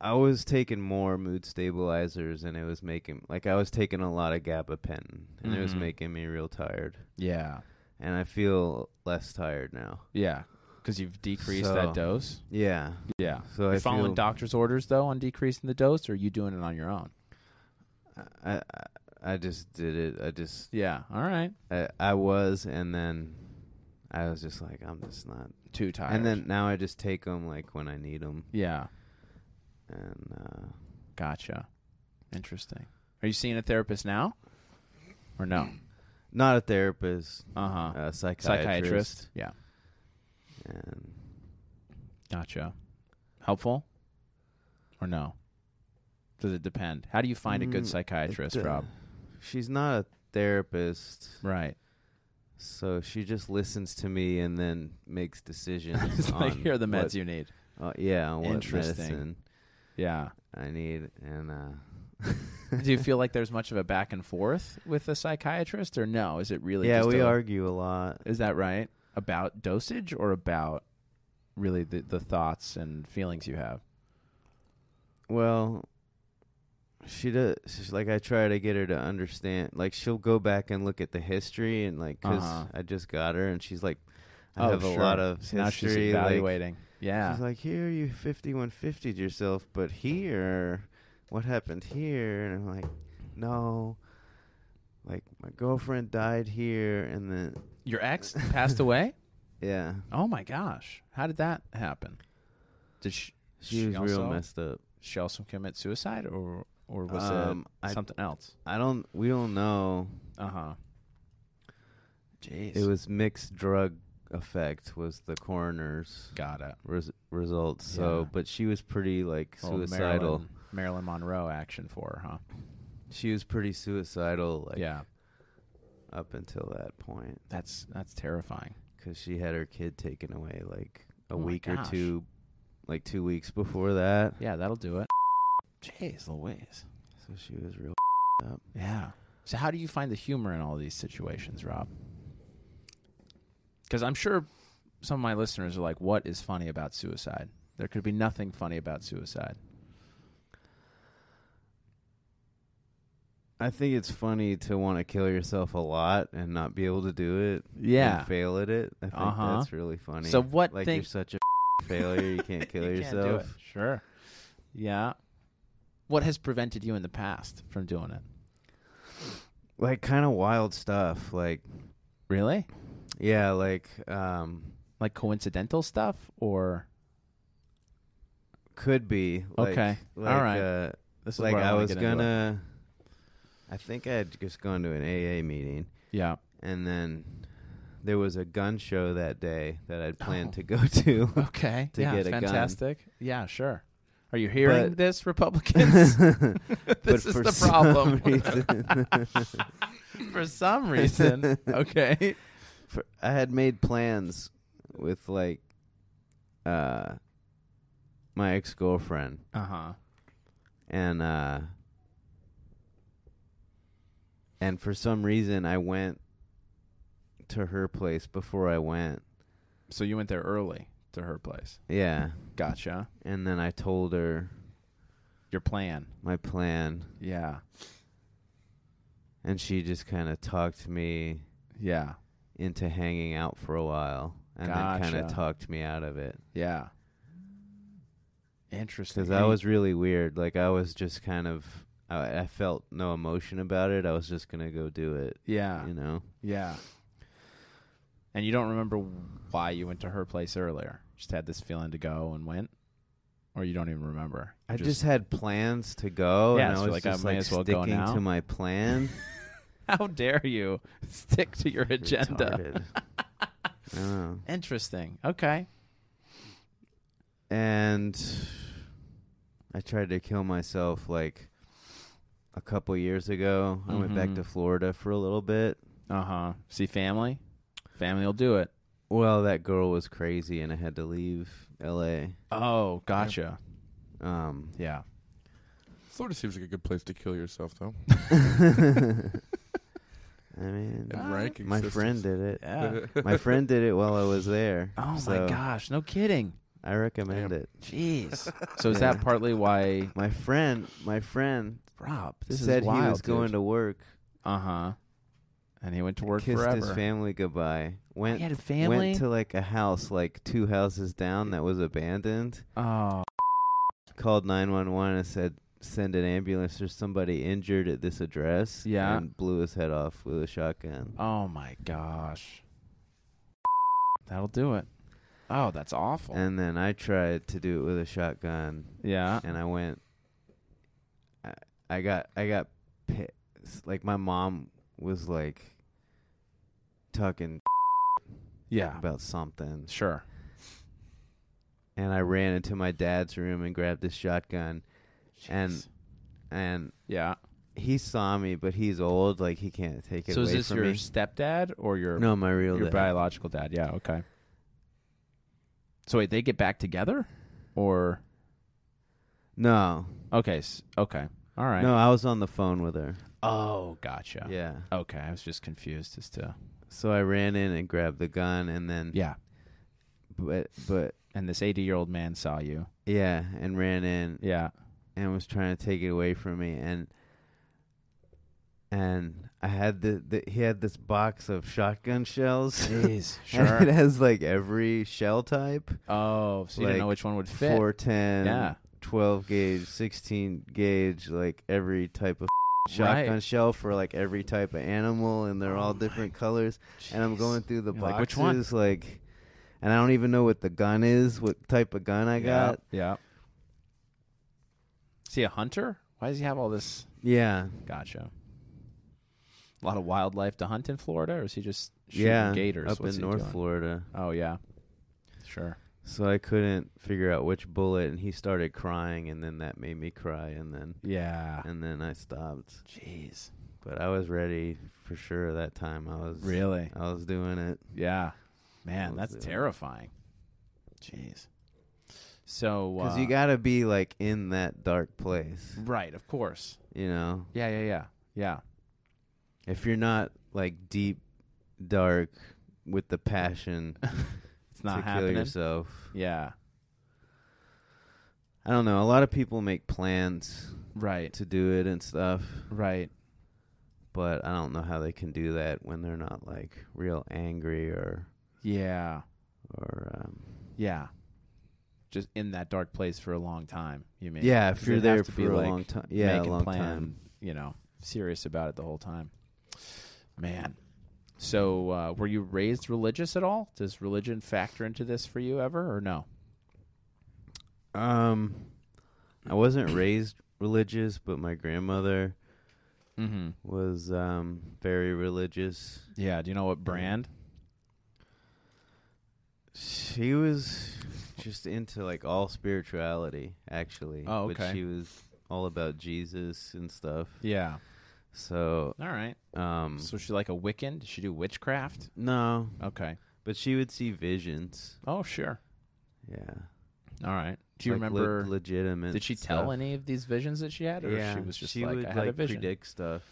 [SPEAKER 3] I was taking more mood stabilizers, and it was making like I was taking a lot of gabapentin, and it was
[SPEAKER 2] Mhm.
[SPEAKER 3] making me real tired.
[SPEAKER 2] Yeah.
[SPEAKER 3] And I feel less tired now.
[SPEAKER 2] Yeah. Because you've decreased that
[SPEAKER 3] So-
[SPEAKER 2] dose.
[SPEAKER 3] Yeah.
[SPEAKER 2] Yeah.
[SPEAKER 3] So
[SPEAKER 2] You're
[SPEAKER 3] I
[SPEAKER 2] following
[SPEAKER 3] feel
[SPEAKER 2] doctor's orders though on decreasing the dose, or are you doing it on your own?
[SPEAKER 3] I, I I just did it. I just
[SPEAKER 2] Yeah. All right.
[SPEAKER 3] I, I was, and then I was just like I'm just not.
[SPEAKER 2] Too tired.
[SPEAKER 3] And then now I just take them like when I need them,
[SPEAKER 2] yeah.
[SPEAKER 3] and uh,
[SPEAKER 2] Gotcha. Interesting. Are you seeing a therapist now? Or no?
[SPEAKER 3] Not a therapist,
[SPEAKER 2] Uh huh.
[SPEAKER 3] a psychiatrist.
[SPEAKER 2] Psychiatrist. Yeah.
[SPEAKER 3] And
[SPEAKER 2] Gotcha. Helpful or no? Does it depend? How do you find a
[SPEAKER 3] Mm,
[SPEAKER 2] good
[SPEAKER 3] it
[SPEAKER 2] psychiatrist,
[SPEAKER 3] d-
[SPEAKER 2] Rob?
[SPEAKER 3] She's not a therapist,
[SPEAKER 2] Right.
[SPEAKER 3] so she just listens to me and then makes decisions.
[SPEAKER 2] It's like
[SPEAKER 3] on
[SPEAKER 2] here are the meds
[SPEAKER 3] what-
[SPEAKER 2] you need.
[SPEAKER 3] uh, yeah, on what
[SPEAKER 2] Interesting.
[SPEAKER 3] medicine
[SPEAKER 2] Yeah.
[SPEAKER 3] I need, and uh,
[SPEAKER 2] do you feel like there's much of a back and forth with a psychiatrist or no? Is it really
[SPEAKER 3] yeah,
[SPEAKER 2] just
[SPEAKER 3] we
[SPEAKER 2] a-
[SPEAKER 3] argue a lot.
[SPEAKER 2] Is that right? About dosage or about really the, the thoughts and feelings you have?
[SPEAKER 3] Well, she does. She's like I try to get her to understand. Like she'll go back and look at the history and like because
[SPEAKER 2] Uh-huh.
[SPEAKER 3] I just got her and she's like, I
[SPEAKER 2] Oh,
[SPEAKER 3] have
[SPEAKER 2] sure.
[SPEAKER 3] a lot of
[SPEAKER 2] So
[SPEAKER 3] history.
[SPEAKER 2] now she's
[SPEAKER 3] like-
[SPEAKER 2] evaluating. yeah.
[SPEAKER 3] She's like, here you 5150 'd yourself, but here, what happened here? And I'm like, no. Like my girlfriend died here, and then
[SPEAKER 2] Your ex passed away?
[SPEAKER 3] yeah,
[SPEAKER 2] Oh my gosh. How did that happen? Did she,
[SPEAKER 3] she was real
[SPEAKER 2] also-
[SPEAKER 3] messed up.
[SPEAKER 2] she also commit suicide or or was
[SPEAKER 3] Um,
[SPEAKER 2] it
[SPEAKER 3] I
[SPEAKER 2] something else?
[SPEAKER 3] I don't. We don't know.
[SPEAKER 2] Uh huh. Jeez.
[SPEAKER 3] It was mixed drug effect was the coroner's
[SPEAKER 2] got it.
[SPEAKER 3] res- results. So,
[SPEAKER 2] Yeah.
[SPEAKER 3] but she was pretty like
[SPEAKER 2] Old
[SPEAKER 3] suicidal.
[SPEAKER 2] Marilyn, Marilyn Monroe action for her, huh?
[SPEAKER 3] She was pretty suicidal, like
[SPEAKER 2] yeah.
[SPEAKER 3] up until that point,
[SPEAKER 2] That's that's terrifying.
[SPEAKER 3] because she had her kid taken away like a
[SPEAKER 2] Oh my
[SPEAKER 3] week or
[SPEAKER 2] gosh.
[SPEAKER 3] two, like two weeks before that.
[SPEAKER 2] Yeah, that'll do it. Jeez Louise.
[SPEAKER 3] So she was real up.
[SPEAKER 2] Yeah. So how do you find the humor in all these situations, Rob? Because I'm sure some of my listeners are like, "What is funny about suicide?" There could be nothing funny about suicide.
[SPEAKER 3] I think it's funny to want to kill yourself a lot and not be able to do it.
[SPEAKER 2] Yeah.
[SPEAKER 3] and fail at it. I think
[SPEAKER 2] Uh-huh.
[SPEAKER 3] that's really funny.
[SPEAKER 2] So what
[SPEAKER 3] Like
[SPEAKER 2] thing-
[SPEAKER 3] you're such a failure, you can't kill
[SPEAKER 2] You can't do
[SPEAKER 3] yourself.
[SPEAKER 2] it. Sure. Yeah. What has prevented you in the past from doing it?
[SPEAKER 3] Like kind of wild stuff. Like
[SPEAKER 2] Really?
[SPEAKER 3] yeah, like um,
[SPEAKER 2] Like coincidental stuff or
[SPEAKER 3] could be. Like,
[SPEAKER 2] Okay.
[SPEAKER 3] Like,
[SPEAKER 2] right.
[SPEAKER 3] Uh,
[SPEAKER 2] this is
[SPEAKER 3] like
[SPEAKER 2] where
[SPEAKER 3] I,
[SPEAKER 2] I, wanna
[SPEAKER 3] was
[SPEAKER 2] get into it.
[SPEAKER 3] gonna. I think I had just gone to an AA meeting,
[SPEAKER 2] Yeah.
[SPEAKER 3] and then there was a gun show that day that I'd planned
[SPEAKER 2] Oh.
[SPEAKER 3] to go to.
[SPEAKER 2] Okay.
[SPEAKER 3] To
[SPEAKER 2] yeah,
[SPEAKER 3] get a gun.
[SPEAKER 2] fantastic. Yeah, sure. Are you hearing
[SPEAKER 3] But-
[SPEAKER 2] this, Republicans?
[SPEAKER 3] But
[SPEAKER 2] this is
[SPEAKER 3] for
[SPEAKER 2] the
[SPEAKER 3] some
[SPEAKER 2] problem.
[SPEAKER 3] reason-
[SPEAKER 2] for some reason. Okay.
[SPEAKER 3] for, I had made plans with like uh my ex girlfriend
[SPEAKER 2] Uh huh.
[SPEAKER 3] and uh and for some reason I went to her place before I went.
[SPEAKER 2] So you went there early to her place.
[SPEAKER 3] Yeah.
[SPEAKER 2] Gotcha.
[SPEAKER 3] And then I told her
[SPEAKER 2] Your plan.
[SPEAKER 3] my plan
[SPEAKER 2] Yeah.
[SPEAKER 3] and she just kind of talked me
[SPEAKER 2] Yeah.
[SPEAKER 3] into hanging out for a while and then kind
[SPEAKER 2] Gotcha.
[SPEAKER 3] of talked me out of it.
[SPEAKER 2] Yeah. Interesting.
[SPEAKER 3] because I
[SPEAKER 2] Any-
[SPEAKER 3] was really weird. Like I was just kind of, I, I felt no emotion about it. I was just gonna go do it,
[SPEAKER 2] Yeah.
[SPEAKER 3] you know.
[SPEAKER 2] Yeah. And you don't remember why you went to her place earlier? Just had this feeling to go and went, or you don't even remember?
[SPEAKER 3] I just, had plans to go,
[SPEAKER 2] Yeah,
[SPEAKER 3] and
[SPEAKER 2] so
[SPEAKER 3] I was
[SPEAKER 2] like, I
[SPEAKER 3] just
[SPEAKER 2] might
[SPEAKER 3] like
[SPEAKER 2] as well go
[SPEAKER 3] sticking
[SPEAKER 2] now.
[SPEAKER 3] to my plan.
[SPEAKER 2] how dare you stick to your agenda?
[SPEAKER 3] Retarded. I don't know.
[SPEAKER 2] Interesting. Okay.
[SPEAKER 3] And I tried to kill myself like a couple years ago. I went back
[SPEAKER 2] Mhm.
[SPEAKER 3] to Florida for a little bit.
[SPEAKER 2] Uh
[SPEAKER 3] Uh-huh.
[SPEAKER 2] huh. See, family, family will do it.
[SPEAKER 3] Well, that girl was crazy, and I had to leave L.A.
[SPEAKER 2] Oh, gotcha.
[SPEAKER 3] Um,
[SPEAKER 2] Yeah.
[SPEAKER 4] Florida seems like a good place to kill yourself, though.
[SPEAKER 3] I mean,
[SPEAKER 4] And ranking
[SPEAKER 3] my
[SPEAKER 4] systems.
[SPEAKER 3] friend did it.
[SPEAKER 2] Yeah.
[SPEAKER 4] Uh,
[SPEAKER 3] My friend did it while I was there.
[SPEAKER 2] Oh
[SPEAKER 3] so
[SPEAKER 2] my gosh! No kidding.
[SPEAKER 3] I recommend
[SPEAKER 4] Damn.
[SPEAKER 3] it.
[SPEAKER 2] Jeez. So is
[SPEAKER 3] Yeah.
[SPEAKER 2] that partly why
[SPEAKER 3] My friend, my friend
[SPEAKER 2] Rob? This
[SPEAKER 3] said
[SPEAKER 2] is wild,
[SPEAKER 3] he was going to work,
[SPEAKER 2] Uh huh. And he went to work
[SPEAKER 3] kissed
[SPEAKER 2] forever.
[SPEAKER 3] his family goodbye, went
[SPEAKER 2] He had a family.
[SPEAKER 3] went to like a house like two houses down that was abandoned,
[SPEAKER 2] oh.
[SPEAKER 3] called 911 and said send an ambulance there's somebody injured at this address
[SPEAKER 2] Yeah.
[SPEAKER 3] and blew his head off with a shotgun.
[SPEAKER 2] Oh my gosh. That'll do it. Oh, that's awful.
[SPEAKER 3] And then I tried to do it with a shotgun
[SPEAKER 2] yeah.
[SPEAKER 3] and I went. I, I got I got pissed. Like my mom was like, talking
[SPEAKER 2] Yeah.
[SPEAKER 3] about something.
[SPEAKER 2] Sure.
[SPEAKER 3] And I ran into my dad's room and grabbed his shotgun. And-
[SPEAKER 2] Jeez.
[SPEAKER 3] And
[SPEAKER 2] yeah.
[SPEAKER 3] he saw me, but he's old. Like, he can't take it
[SPEAKER 2] So
[SPEAKER 3] away
[SPEAKER 2] is this
[SPEAKER 3] from
[SPEAKER 2] your
[SPEAKER 3] me.
[SPEAKER 2] stepdad or your
[SPEAKER 3] no, my real
[SPEAKER 2] your
[SPEAKER 3] dad.
[SPEAKER 2] biological dad? Yeah. Okay. So wait, they get back together, or
[SPEAKER 3] no.
[SPEAKER 2] okay, s- okay, all right.
[SPEAKER 3] No, I was on the phone with her.
[SPEAKER 2] Oh, gotcha.
[SPEAKER 3] Yeah.
[SPEAKER 2] Okay, I was just confused as to
[SPEAKER 3] So I ran in and grabbed the gun, and then
[SPEAKER 2] yeah.
[SPEAKER 3] but but
[SPEAKER 2] And this eighty-year-old man saw you.
[SPEAKER 3] yeah, and ran in
[SPEAKER 2] Yeah.
[SPEAKER 3] and was trying to take it away from me, and and I had the, the he had this box of shotgun shells.
[SPEAKER 2] Jeez.
[SPEAKER 3] And it
[SPEAKER 2] sure.
[SPEAKER 3] has like every shell type.
[SPEAKER 2] Oh, so you didn't know
[SPEAKER 3] Like,
[SPEAKER 2] which one would fit.
[SPEAKER 3] 410,
[SPEAKER 2] yeah.
[SPEAKER 3] 12 gauge, 16 gauge, like every type of shotgun
[SPEAKER 2] Right.
[SPEAKER 3] shell for like every type of animal and they're
[SPEAKER 2] Oh
[SPEAKER 3] all
[SPEAKER 2] my
[SPEAKER 3] different colors. And I'm
[SPEAKER 2] Jeez.
[SPEAKER 3] going through the
[SPEAKER 2] You're like, "Which
[SPEAKER 3] boxes
[SPEAKER 2] one?"
[SPEAKER 3] like, and I don't even know what the gun is, what type of gun I got.
[SPEAKER 2] Yeah. yeah. Is he a hunter? Why does he have all this?
[SPEAKER 3] Yeah.
[SPEAKER 2] Gotcha. A lot of wildlife to hunt in Florida, or is he just shooting
[SPEAKER 3] yeah.
[SPEAKER 2] gators
[SPEAKER 3] up
[SPEAKER 2] What's
[SPEAKER 3] in
[SPEAKER 2] he
[SPEAKER 3] North
[SPEAKER 2] doing?
[SPEAKER 3] Florida.
[SPEAKER 2] Oh yeah, sure.
[SPEAKER 3] So I couldn't figure out which bullet and he started crying and then that made me cry and then
[SPEAKER 2] Yeah.
[SPEAKER 3] and then I stopped.
[SPEAKER 2] Jeez.
[SPEAKER 3] But I was ready for sure that time. I was
[SPEAKER 2] Really?
[SPEAKER 3] I was doing it.
[SPEAKER 2] Yeah. Man,
[SPEAKER 3] Let's
[SPEAKER 2] that's
[SPEAKER 3] do it.
[SPEAKER 2] terrifying. Jeez. So
[SPEAKER 3] Because
[SPEAKER 2] uh,
[SPEAKER 3] you got to be like in that dark place,
[SPEAKER 2] right, of course.
[SPEAKER 3] you know.
[SPEAKER 2] Yeah, yeah, yeah, yeah.
[SPEAKER 3] If you're not like deep, dark with the passion
[SPEAKER 2] It's
[SPEAKER 3] to
[SPEAKER 2] not
[SPEAKER 3] kill
[SPEAKER 2] happening.
[SPEAKER 3] yourself,
[SPEAKER 2] Yeah.
[SPEAKER 3] I don't know. A lot of people make plans
[SPEAKER 2] Right.
[SPEAKER 3] to do it and stuff,
[SPEAKER 2] Right.
[SPEAKER 3] but I don't know how they can do that when they're not like real angry or
[SPEAKER 2] Yeah.
[SPEAKER 3] or um,
[SPEAKER 2] Yeah. Just in that dark place for a long time. You mean?
[SPEAKER 3] yeah. If
[SPEAKER 2] 'Cause
[SPEAKER 3] you're
[SPEAKER 2] it'd have
[SPEAKER 3] there
[SPEAKER 2] to
[SPEAKER 3] for
[SPEAKER 2] be,
[SPEAKER 3] a
[SPEAKER 2] like,
[SPEAKER 3] long time, yeah, a
[SPEAKER 2] making
[SPEAKER 3] long
[SPEAKER 2] plan,
[SPEAKER 3] time.
[SPEAKER 2] You know, serious about it the whole time. Man. So, uh, were you raised religious at all? Does religion factor into this for you ever, or no?
[SPEAKER 3] Um, I wasn't raised religious, but my grandmother
[SPEAKER 2] Mm-hmm.
[SPEAKER 3] was um very religious.
[SPEAKER 2] Yeah. Do you know what brand?
[SPEAKER 3] She was just into like all spirituality, actually.
[SPEAKER 2] Oh,
[SPEAKER 3] But
[SPEAKER 2] okay.
[SPEAKER 3] she was all about Jesus and stuff.
[SPEAKER 2] Yeah.
[SPEAKER 3] So,
[SPEAKER 2] All right.
[SPEAKER 3] um,
[SPEAKER 2] So she like a Wiccan? Did she do witchcraft?
[SPEAKER 3] no,
[SPEAKER 2] Okay.
[SPEAKER 3] but she would see visions.
[SPEAKER 2] Oh sure.
[SPEAKER 3] Yeah.
[SPEAKER 2] All right. Do you
[SPEAKER 3] Like, le-
[SPEAKER 2] remember?
[SPEAKER 3] legitimate?
[SPEAKER 2] did she tell any of these visions that she had, or
[SPEAKER 3] yeah,
[SPEAKER 2] she was just
[SPEAKER 3] she
[SPEAKER 2] like,
[SPEAKER 3] would
[SPEAKER 2] I had
[SPEAKER 3] like
[SPEAKER 2] a vision?
[SPEAKER 3] predict stuff.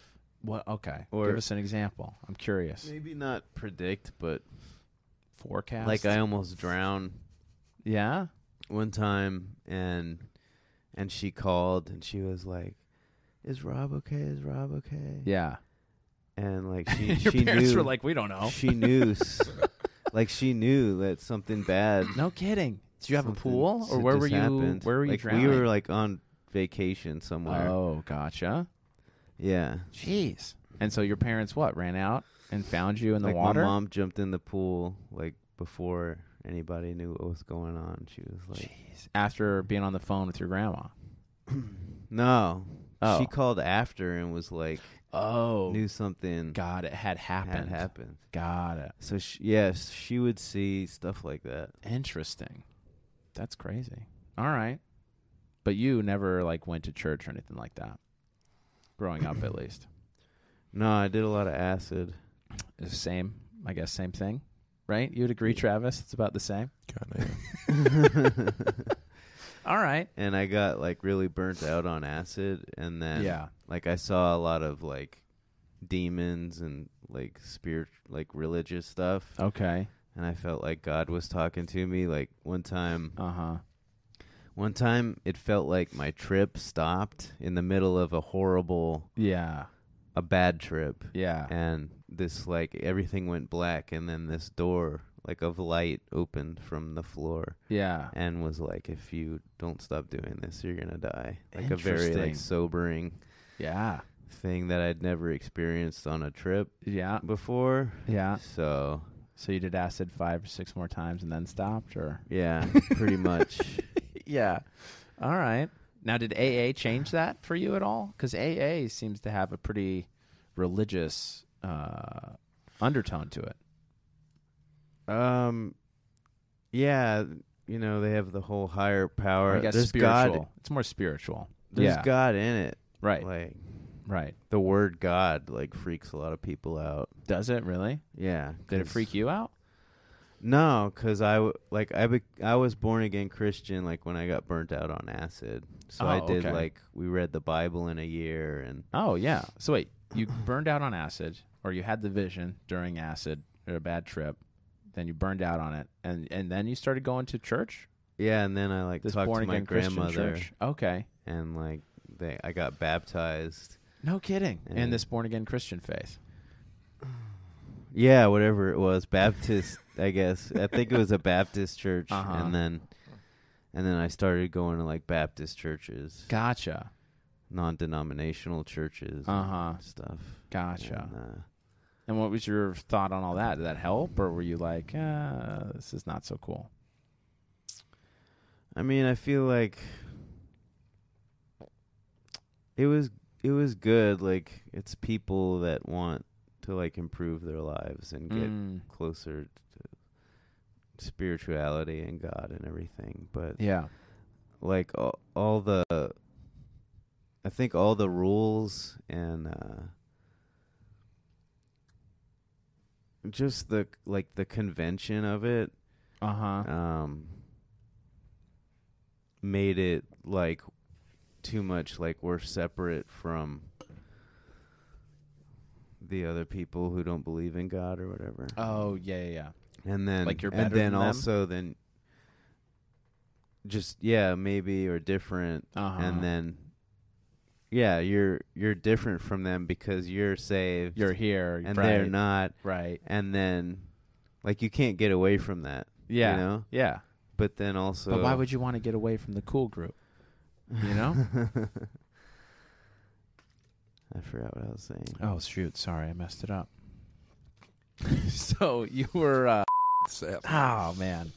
[SPEAKER 2] What? Okay.
[SPEAKER 3] Or-
[SPEAKER 2] Give us an example. I'm curious.
[SPEAKER 3] Maybe not predict, but
[SPEAKER 2] Forecast.
[SPEAKER 3] like I almost drowned
[SPEAKER 2] Yeah.
[SPEAKER 3] one time and and she called and she was like is rob okay is rob okay
[SPEAKER 2] Yeah.
[SPEAKER 3] and like she
[SPEAKER 2] Your
[SPEAKER 3] she
[SPEAKER 2] parents
[SPEAKER 3] knew
[SPEAKER 2] were like, we don't know.
[SPEAKER 3] she knew s- like she knew that something bad
[SPEAKER 2] no kidding. Did you have a
[SPEAKER 3] something
[SPEAKER 2] pool,
[SPEAKER 3] s-
[SPEAKER 2] or where
[SPEAKER 3] just
[SPEAKER 2] were you?
[SPEAKER 3] happened.
[SPEAKER 2] Where were you
[SPEAKER 3] like,
[SPEAKER 2] drowning?
[SPEAKER 3] we were like on vacation somewhere
[SPEAKER 2] oh, gotcha.
[SPEAKER 3] yeah
[SPEAKER 2] Jeez. And so your parents what ran out and found you in the
[SPEAKER 3] like
[SPEAKER 2] water?
[SPEAKER 3] my mom jumped in the pool like before anybody knew what was going on she was like
[SPEAKER 2] Jeez. After being on the phone with your grandma.
[SPEAKER 3] no
[SPEAKER 2] Oh.
[SPEAKER 3] she called after and was like
[SPEAKER 2] Oh.
[SPEAKER 3] knew something
[SPEAKER 2] God, it had
[SPEAKER 3] had
[SPEAKER 2] happened.
[SPEAKER 3] happened
[SPEAKER 2] Got it.
[SPEAKER 3] So sh yes, she would see stuff like that.
[SPEAKER 2] Interesting. That's crazy. All right. But you never like went to church or anything like that. Growing up at least.
[SPEAKER 3] No, I did a lot of acid.
[SPEAKER 2] It's the same, I guess same thing. Right? You'd agree, Travis? It's about the same.
[SPEAKER 4] God, damn.
[SPEAKER 3] and
[SPEAKER 2] All right.
[SPEAKER 3] I got like really burnt out on acid and then
[SPEAKER 2] yeah.
[SPEAKER 3] like I saw a lot of like demons and like spirit like religious stuff
[SPEAKER 2] Okay.
[SPEAKER 3] and I felt like God was talking to me like one time
[SPEAKER 2] Uh-huh.
[SPEAKER 3] one time it felt like my trip stopped in the middle of a horrible
[SPEAKER 2] Yeah.
[SPEAKER 3] a bad trip
[SPEAKER 2] Yeah.
[SPEAKER 3] and this like everything went black and then this door like of light opened from the floor
[SPEAKER 2] Yeah.
[SPEAKER 3] and was like if you don't stop doing this you're gonna die like a very
[SPEAKER 2] Interesting.
[SPEAKER 3] like sobering
[SPEAKER 2] Yeah.
[SPEAKER 3] thing that i'd never experienced on a trip
[SPEAKER 2] Yeah.
[SPEAKER 3] before
[SPEAKER 2] Yeah.
[SPEAKER 3] so
[SPEAKER 2] So you did acid five or six more times and then stopped or
[SPEAKER 3] yeah pretty much
[SPEAKER 2] yeah. All right. Now, did AA change that for you at all? Because AA seems to have a pretty religious uh, undertone to it.
[SPEAKER 3] Um, yeah, you know they have the whole higher power.
[SPEAKER 2] I guess
[SPEAKER 3] There's
[SPEAKER 2] spiritual.
[SPEAKER 3] God.
[SPEAKER 2] It's more spiritual.
[SPEAKER 3] There's
[SPEAKER 2] yeah.
[SPEAKER 3] God in it.
[SPEAKER 2] Right.
[SPEAKER 3] Like
[SPEAKER 2] right.
[SPEAKER 3] the word God like freaks a lot of people out.
[SPEAKER 2] Does it really?
[SPEAKER 3] Yeah.
[SPEAKER 2] Did it
[SPEAKER 3] 'cause-
[SPEAKER 2] freak you out?
[SPEAKER 3] No, because I w- like I be- I was born again Christian like when I got burnt out on acid. So I
[SPEAKER 2] Oh,
[SPEAKER 3] did
[SPEAKER 2] okay.
[SPEAKER 3] like we read the Bible in a year and
[SPEAKER 2] Oh yeah. So wait, you burned out on acid, or you had the vision during acid or a bad trip, then you burned out on it, and and then you started going to church.
[SPEAKER 3] yeah, and then I like
[SPEAKER 2] This
[SPEAKER 3] talked
[SPEAKER 2] born
[SPEAKER 3] to my
[SPEAKER 2] again Christian
[SPEAKER 3] grandmother
[SPEAKER 2] church. Okay.
[SPEAKER 3] and like they I got baptized.
[SPEAKER 2] No kidding.
[SPEAKER 3] Yeah.
[SPEAKER 2] And this born again Christian faith.
[SPEAKER 3] Yeah, whatever it was, Baptist, I guess. I think it was a Baptist church,
[SPEAKER 2] Uh-huh.
[SPEAKER 3] and then and then I started going to like Baptist churches,
[SPEAKER 2] Gotcha.
[SPEAKER 3] non-denominational churches, and
[SPEAKER 2] Uh huh.
[SPEAKER 3] stuff.
[SPEAKER 2] Gotcha.
[SPEAKER 3] And, uh,
[SPEAKER 2] And what was your thought on all that? Did that help, or were you like, uh, this is not so cool?
[SPEAKER 3] I mean, I feel like it was it was good. Like it's people that want to like improve their lives and get
[SPEAKER 2] Mm,
[SPEAKER 3] closer to spirituality and God and everything, but
[SPEAKER 2] yeah.
[SPEAKER 3] like all, all the I think all the rules and uh just the like the convention of it
[SPEAKER 2] Uh huh.
[SPEAKER 3] um made it like too much like we're separate from the other people who don't believe in God or whatever.
[SPEAKER 2] Oh yeah, yeah, yeah.
[SPEAKER 3] And then
[SPEAKER 2] Like you're
[SPEAKER 3] and
[SPEAKER 2] better
[SPEAKER 3] then
[SPEAKER 2] than them?
[SPEAKER 3] also then just yeah, maybe or different
[SPEAKER 2] Uh-huh.
[SPEAKER 3] and then yeah, you're you're different from them because you're saved
[SPEAKER 2] you're here,
[SPEAKER 3] and
[SPEAKER 2] right,
[SPEAKER 3] they're not
[SPEAKER 2] right?
[SPEAKER 3] and then like you can't get away from that,
[SPEAKER 2] Yeah,
[SPEAKER 3] you know?
[SPEAKER 2] yeah.
[SPEAKER 3] But then also
[SPEAKER 2] but why would you want to get away from the cool group? You know?
[SPEAKER 3] I forgot what I was saying.
[SPEAKER 2] Oh shoot, sorry, I messed it up. so you were, uh,
[SPEAKER 4] Sap.
[SPEAKER 2] oh man.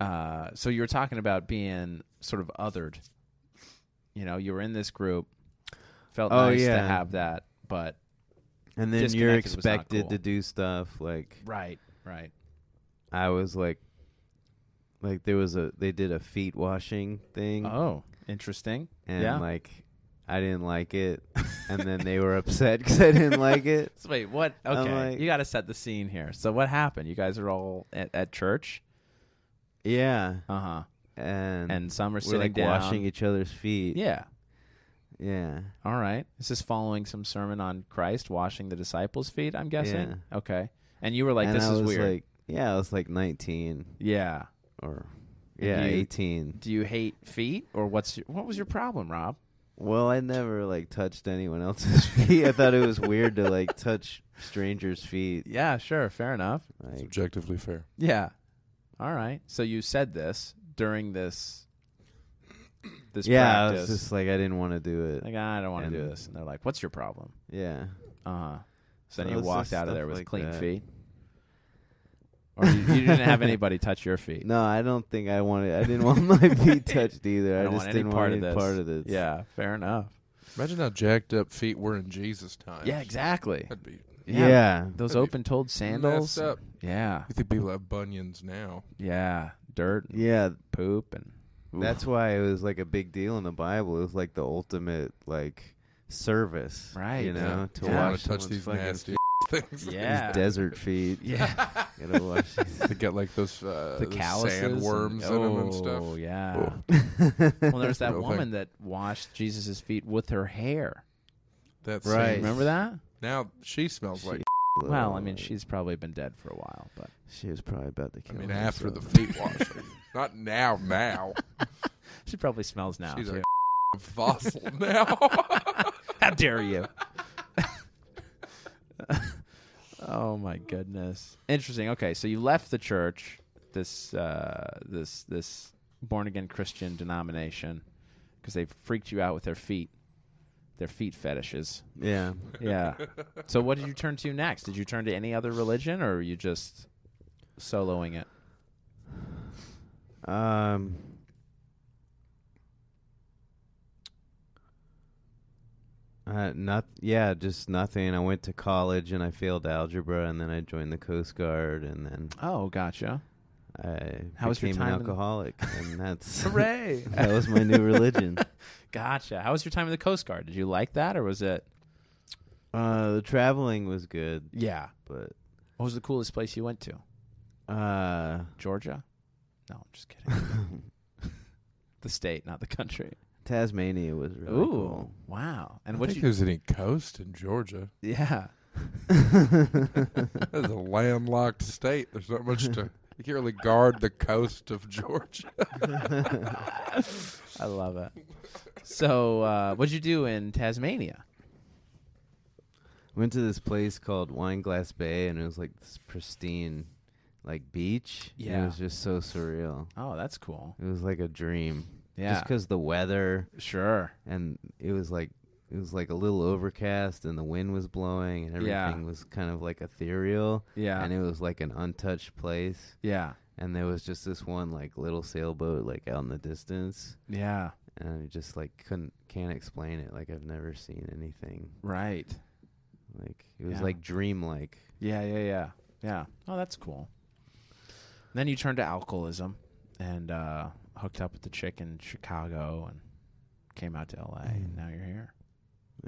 [SPEAKER 2] Uh, so you were talking about being sort of othered. You know, you were in this group. Felt
[SPEAKER 3] Oh,
[SPEAKER 2] nice to
[SPEAKER 3] yeah.
[SPEAKER 2] have that, but
[SPEAKER 3] And then you're
[SPEAKER 2] Disconnected was not
[SPEAKER 3] expected
[SPEAKER 2] cool.
[SPEAKER 3] to do stuff like
[SPEAKER 2] right, right.
[SPEAKER 3] I was like like there was a they did a feet washing thing
[SPEAKER 2] Oh, interesting.
[SPEAKER 3] and
[SPEAKER 2] yeah.
[SPEAKER 3] like I didn't like it and then they were upset cuz I didn't like it.
[SPEAKER 2] So wait, what?
[SPEAKER 3] I'm
[SPEAKER 2] Okay,
[SPEAKER 3] like-
[SPEAKER 2] you got to set the scene here. So what happened? You guys are all at, at church.
[SPEAKER 3] Yeah.
[SPEAKER 2] Uh huh.
[SPEAKER 3] Uh-huh. And
[SPEAKER 2] And some are
[SPEAKER 3] we're
[SPEAKER 2] sitting
[SPEAKER 3] like
[SPEAKER 2] down.
[SPEAKER 3] washing each other's feet.
[SPEAKER 2] Yeah.
[SPEAKER 3] Yeah.
[SPEAKER 2] All right. This is following some sermon on Christ washing the disciples' feet, I'm guessing. Okay. And you were like,
[SPEAKER 3] And
[SPEAKER 2] this
[SPEAKER 3] I
[SPEAKER 2] is
[SPEAKER 3] was
[SPEAKER 2] weird.
[SPEAKER 3] like yeah, I was like 19
[SPEAKER 2] yeah.
[SPEAKER 3] or
[SPEAKER 2] And
[SPEAKER 3] yeah,
[SPEAKER 2] you-
[SPEAKER 3] 18.
[SPEAKER 2] Do you hate feet or what's your, what was your problem, Rob?
[SPEAKER 3] Well, I never like touched anyone else's feet. I thought it was weird to like touch strangers' feet.
[SPEAKER 2] Yeah, sure. Fair enough.
[SPEAKER 4] It's
[SPEAKER 3] Like,
[SPEAKER 4] objectively fair.
[SPEAKER 2] Yeah. All right. So you said this during this this
[SPEAKER 3] yeah, I was
[SPEAKER 2] practice.
[SPEAKER 3] just like I didn't want to do it.
[SPEAKER 2] like, I don't want to do
[SPEAKER 3] and-
[SPEAKER 2] this. And they're like, what's your problem?
[SPEAKER 3] Yeah,
[SPEAKER 2] Uh-huh. So
[SPEAKER 3] So
[SPEAKER 2] then you
[SPEAKER 3] it's
[SPEAKER 2] walked
[SPEAKER 3] just
[SPEAKER 2] out of
[SPEAKER 3] stuff
[SPEAKER 2] there with
[SPEAKER 3] like
[SPEAKER 2] clean
[SPEAKER 3] that.
[SPEAKER 2] feet. Or you, you didn't have anybody touch your feet.
[SPEAKER 3] no, I don't think I wanted. I didn't want my feet touched either.
[SPEAKER 2] I
[SPEAKER 3] I,
[SPEAKER 2] don't
[SPEAKER 3] just
[SPEAKER 2] want any
[SPEAKER 3] didn't
[SPEAKER 2] part
[SPEAKER 3] want
[SPEAKER 2] of
[SPEAKER 3] any
[SPEAKER 2] this.
[SPEAKER 3] part of this.
[SPEAKER 2] Yeah, fair enough.
[SPEAKER 4] Imagine how jacked up feet were in Jesus' time.
[SPEAKER 2] Yeah, exactly.
[SPEAKER 4] That'd be
[SPEAKER 3] yeah.
[SPEAKER 2] Those
[SPEAKER 4] That'd be
[SPEAKER 2] open toed sandals.
[SPEAKER 4] messed up.
[SPEAKER 2] Yeah.
[SPEAKER 4] You think people have bunions now?
[SPEAKER 2] Yeah. Dirt and
[SPEAKER 3] Yeah,
[SPEAKER 2] poop and
[SPEAKER 3] That's why it was like a big deal in the Bible. It was like the ultimate like service,
[SPEAKER 2] Right.
[SPEAKER 3] You know, to
[SPEAKER 2] Yeah.
[SPEAKER 4] want
[SPEAKER 3] wash
[SPEAKER 4] to touch
[SPEAKER 3] someone's
[SPEAKER 4] these
[SPEAKER 3] fucking
[SPEAKER 4] nasty
[SPEAKER 3] feet,
[SPEAKER 4] things.
[SPEAKER 2] Yeah.
[SPEAKER 3] these desert feet.
[SPEAKER 2] Yeah.
[SPEAKER 3] Gotta wash
[SPEAKER 4] they got like those uh,
[SPEAKER 2] the
[SPEAKER 4] those
[SPEAKER 2] calluses. and-
[SPEAKER 4] sandworms in them and stuff.
[SPEAKER 2] Oh yeah.
[SPEAKER 4] Oh.
[SPEAKER 2] Well there's that
[SPEAKER 4] Real thing.
[SPEAKER 2] woman that washed Jesus' feet with her hair.
[SPEAKER 4] That's
[SPEAKER 3] Right.
[SPEAKER 2] Remember that?
[SPEAKER 4] Now she smells
[SPEAKER 3] She-
[SPEAKER 4] like.
[SPEAKER 2] Well, I
[SPEAKER 4] uh,
[SPEAKER 2] mean she's probably been dead for a while, but
[SPEAKER 3] She was probably about to
[SPEAKER 4] I
[SPEAKER 3] kill
[SPEAKER 4] mean,
[SPEAKER 3] me,
[SPEAKER 4] after
[SPEAKER 3] so-
[SPEAKER 4] the feet washing, not now. Now
[SPEAKER 2] she probably smells now.
[SPEAKER 4] she's
[SPEAKER 2] too.
[SPEAKER 4] a fossil now.
[SPEAKER 2] How dare you? oh my goodness. Interesting. Okay, so you left the church, this uh, this this born again Christian denomination, because they freaked you out with their feet, their feet fetishes.
[SPEAKER 3] Yeah.
[SPEAKER 2] Yeah. so what did you turn to next? Did you turn to any other religion, or were you just soloing it?
[SPEAKER 3] Um. I Uh, not yeah, just nothing. I went to college and I failed algebra, and then I joined the Coast Guard, and then
[SPEAKER 2] Oh, gotcha.
[SPEAKER 3] I
[SPEAKER 2] How was your
[SPEAKER 3] became
[SPEAKER 2] time
[SPEAKER 3] an
[SPEAKER 2] in-
[SPEAKER 3] alcoholic, and that's
[SPEAKER 2] Hooray!
[SPEAKER 3] that was my new religion.
[SPEAKER 2] gotcha. How was your time in the Coast Guard? Did you like that, or was it?
[SPEAKER 3] Uh, the traveling was good,
[SPEAKER 2] Yeah.
[SPEAKER 3] but
[SPEAKER 2] What was the coolest place you went to?
[SPEAKER 3] uh,
[SPEAKER 2] Georgia? No, I'm just kidding. the state, not the country.
[SPEAKER 3] Tasmania was really
[SPEAKER 2] Ooh,
[SPEAKER 3] cool.
[SPEAKER 2] wow! And
[SPEAKER 4] I
[SPEAKER 2] what
[SPEAKER 4] think
[SPEAKER 2] you?
[SPEAKER 4] there's any coast in Georgia.
[SPEAKER 2] Yeah,
[SPEAKER 4] That's a landlocked state. There's not much to. You can't really guard the coast of Georgia.
[SPEAKER 2] I love it. So, uh, what'd you do in Tasmania?
[SPEAKER 3] Went to this place called Wineglass Bay, and it was like this pristine, like beach. and
[SPEAKER 2] Yeah.
[SPEAKER 3] it was just so surreal.
[SPEAKER 2] Oh, that's cool.
[SPEAKER 3] It was like a dream.
[SPEAKER 2] Yeah,
[SPEAKER 3] Just 'cause the weather
[SPEAKER 2] sure.
[SPEAKER 3] and it was like it was like a little overcast and the wind was blowing and
[SPEAKER 2] Yeah.
[SPEAKER 3] everything was kind of like ethereal
[SPEAKER 2] Yeah,
[SPEAKER 3] and it was like an untouched place
[SPEAKER 2] yeah,
[SPEAKER 3] and there was just this one like little sailboat like out in the distance
[SPEAKER 2] yeah.
[SPEAKER 3] and I just like couldn't can't explain it like I've never seen anything
[SPEAKER 2] Right.
[SPEAKER 3] like it was
[SPEAKER 2] Yeah.
[SPEAKER 3] like dreamlike
[SPEAKER 2] Yeah, yeah, yeah, yeah. Oh, that's cool. Then you turned to alcoholism and uh, hooked up with the chick in Chicago and came out to L.A. And now you're here.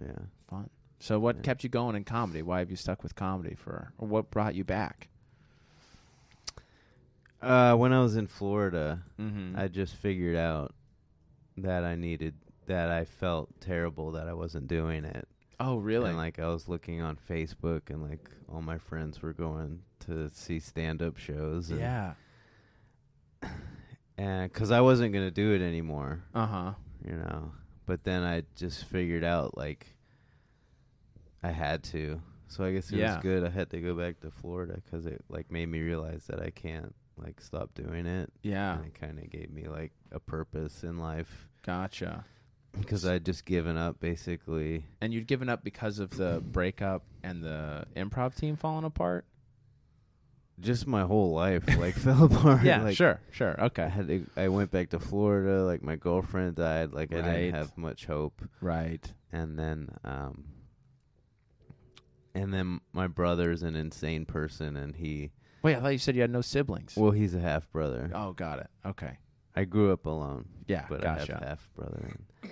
[SPEAKER 3] yeah
[SPEAKER 2] Fun. So, what
[SPEAKER 3] Yeah.
[SPEAKER 2] kept you going in comedy? Why have you stuck with comedy for? Or what brought you back?
[SPEAKER 3] uh when I was in Florida
[SPEAKER 2] Mm-hmm.
[SPEAKER 3] I just figured out that I needed that I felt terrible that I wasn't doing it
[SPEAKER 2] oh, really?
[SPEAKER 3] And like I was looking on Facebook and like all my friends were going to see stand up shows. And,
[SPEAKER 2] yeah.
[SPEAKER 3] And cuz I wasn't going to do it anymore,
[SPEAKER 2] Uh huh.
[SPEAKER 3] you know. But then I just figured out like I had to. So I guess it
[SPEAKER 2] Yeah.
[SPEAKER 3] was good I had to go back to Florida cuz it like made me realize that I can't like stop doing it.
[SPEAKER 2] Yeah.
[SPEAKER 3] And it kind of gave me like a purpose in life
[SPEAKER 2] Gotcha.
[SPEAKER 3] cuz I'd just given up basically.
[SPEAKER 2] And you'd given up because of the breakup and the improv team falling apart.
[SPEAKER 3] Just my whole life like fell apart.
[SPEAKER 2] yeah.
[SPEAKER 3] like,
[SPEAKER 2] sure. Sure.
[SPEAKER 3] I
[SPEAKER 2] Okay.
[SPEAKER 3] had to, I went back to Florida. Like my girlfriend died. Like I
[SPEAKER 2] Right.
[SPEAKER 3] didn't have much hope.
[SPEAKER 2] Right.
[SPEAKER 3] And then, um, and then my brother's an insane person, and he
[SPEAKER 2] Wait, I thought you said you had no siblings.
[SPEAKER 3] well, he's a half brother.
[SPEAKER 2] Oh, got it. Okay.
[SPEAKER 3] I grew up alone,
[SPEAKER 2] Yeah.
[SPEAKER 3] but I have
[SPEAKER 2] gotcha.
[SPEAKER 3] a half brother, and,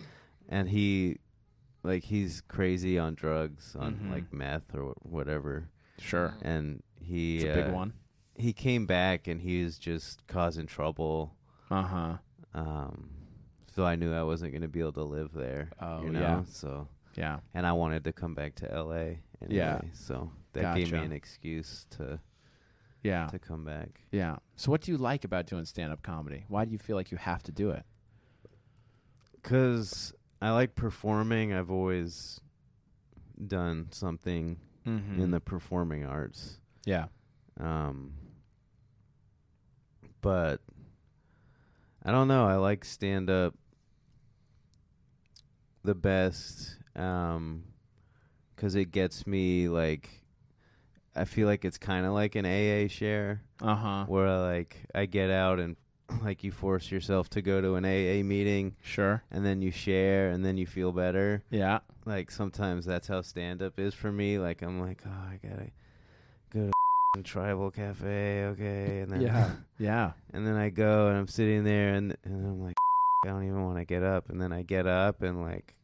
[SPEAKER 3] and he, like, he's crazy on drugs, on
[SPEAKER 2] Mhm.
[SPEAKER 3] like meth or wh- whatever,
[SPEAKER 2] Sure.
[SPEAKER 3] and he
[SPEAKER 2] It's a
[SPEAKER 3] uh,
[SPEAKER 2] big one.
[SPEAKER 3] He came back, and he was just causing trouble.
[SPEAKER 2] Uh huh.
[SPEAKER 3] um so I knew I wasn't going to be able to live there.
[SPEAKER 2] Oh,
[SPEAKER 3] you know?
[SPEAKER 2] yeah.
[SPEAKER 3] So
[SPEAKER 2] Yeah.
[SPEAKER 3] and I wanted to come back to LA anyway.
[SPEAKER 2] Yeah.
[SPEAKER 3] So that gave me
[SPEAKER 2] Gotcha. Ah.
[SPEAKER 3] an excuse to
[SPEAKER 2] Yeah.
[SPEAKER 3] to come back.
[SPEAKER 2] Yeah. So, what do you like about doing stand up comedy? Why do you feel like you have to do it?
[SPEAKER 3] Cuz I like performing. I've always done something
[SPEAKER 2] Mm-hmm.
[SPEAKER 3] in the performing arts.
[SPEAKER 2] yeah.
[SPEAKER 3] Um but I don't know. I like stand up the best um cuz it gets me like I feel like it's kind of like an AA share
[SPEAKER 2] Uh huh.
[SPEAKER 3] where like I get out and like you force yourself to go to an AA meeting
[SPEAKER 2] Sure.
[SPEAKER 3] and then you share and then you feel better.
[SPEAKER 2] Yeah.
[SPEAKER 3] Like sometimes that's how stand up is for me. Like I'm like, "Oh, I got to go to tribal cafe, okay." And then
[SPEAKER 2] Yeah. Yeah.
[SPEAKER 3] and then I go and I'm sitting there and and I'm like, I don't even want to get up. And then I get up and like,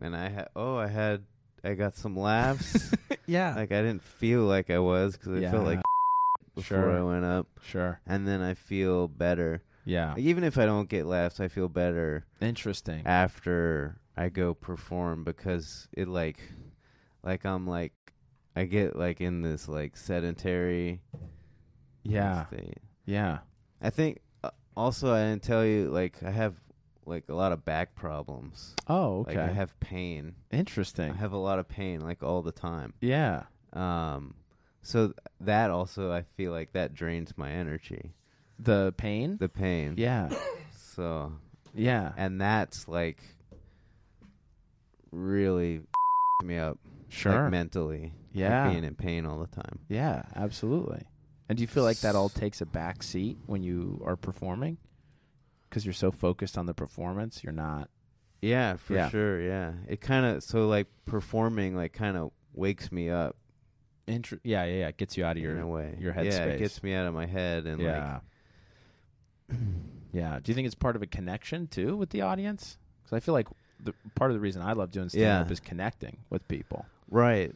[SPEAKER 3] and I ha- oh I had I got some laughs.
[SPEAKER 2] yeah.
[SPEAKER 3] like I didn't feel like I was because I felt like before
[SPEAKER 2] Sure.
[SPEAKER 3] I went up.
[SPEAKER 2] Sure.
[SPEAKER 3] And then I feel better.
[SPEAKER 2] Yeah.
[SPEAKER 3] Like, even if I don't get laughs, I feel better
[SPEAKER 2] Interesting.
[SPEAKER 3] after I go perform because it like, like I'm like, I get like in this like sedentary
[SPEAKER 2] Yeah.
[SPEAKER 3] state.
[SPEAKER 2] Yeah.
[SPEAKER 3] I think uh, also I didn't tell you like I have like a lot of back problems.
[SPEAKER 2] Oh, okay.
[SPEAKER 3] Like I have pain.
[SPEAKER 2] Interesting.
[SPEAKER 3] I have a lot of pain like all the time.
[SPEAKER 2] yeah.
[SPEAKER 3] Um so th- that also I feel like that drains my energy.
[SPEAKER 2] The pain?
[SPEAKER 3] The pain.
[SPEAKER 2] yeah.
[SPEAKER 3] So
[SPEAKER 2] Yeah.
[SPEAKER 3] and that's like really me up
[SPEAKER 2] Sure.
[SPEAKER 3] like mentally.
[SPEAKER 2] yeah.
[SPEAKER 3] Like being in pain all the time.
[SPEAKER 2] yeah, absolutely. And do you feel like that all takes a back seat when you are performing? Because you're so focused on the performance, you're not
[SPEAKER 3] Yeah, for
[SPEAKER 2] Yeah.
[SPEAKER 3] sure. Yeah, it kind of so like performing like kind of wakes me up
[SPEAKER 2] Intr- yeah, yeah, yeah. Gets you out of
[SPEAKER 3] in a
[SPEAKER 2] your
[SPEAKER 3] way.
[SPEAKER 2] your
[SPEAKER 3] yeah,
[SPEAKER 2] headspace.
[SPEAKER 3] it gets me out of my head and
[SPEAKER 2] yeah. yeah. Do you think it's part of a connection too with the audience? Because I feel like the part of the reason I love doing stand up
[SPEAKER 3] Yeah.
[SPEAKER 2] is connecting with people
[SPEAKER 3] like right.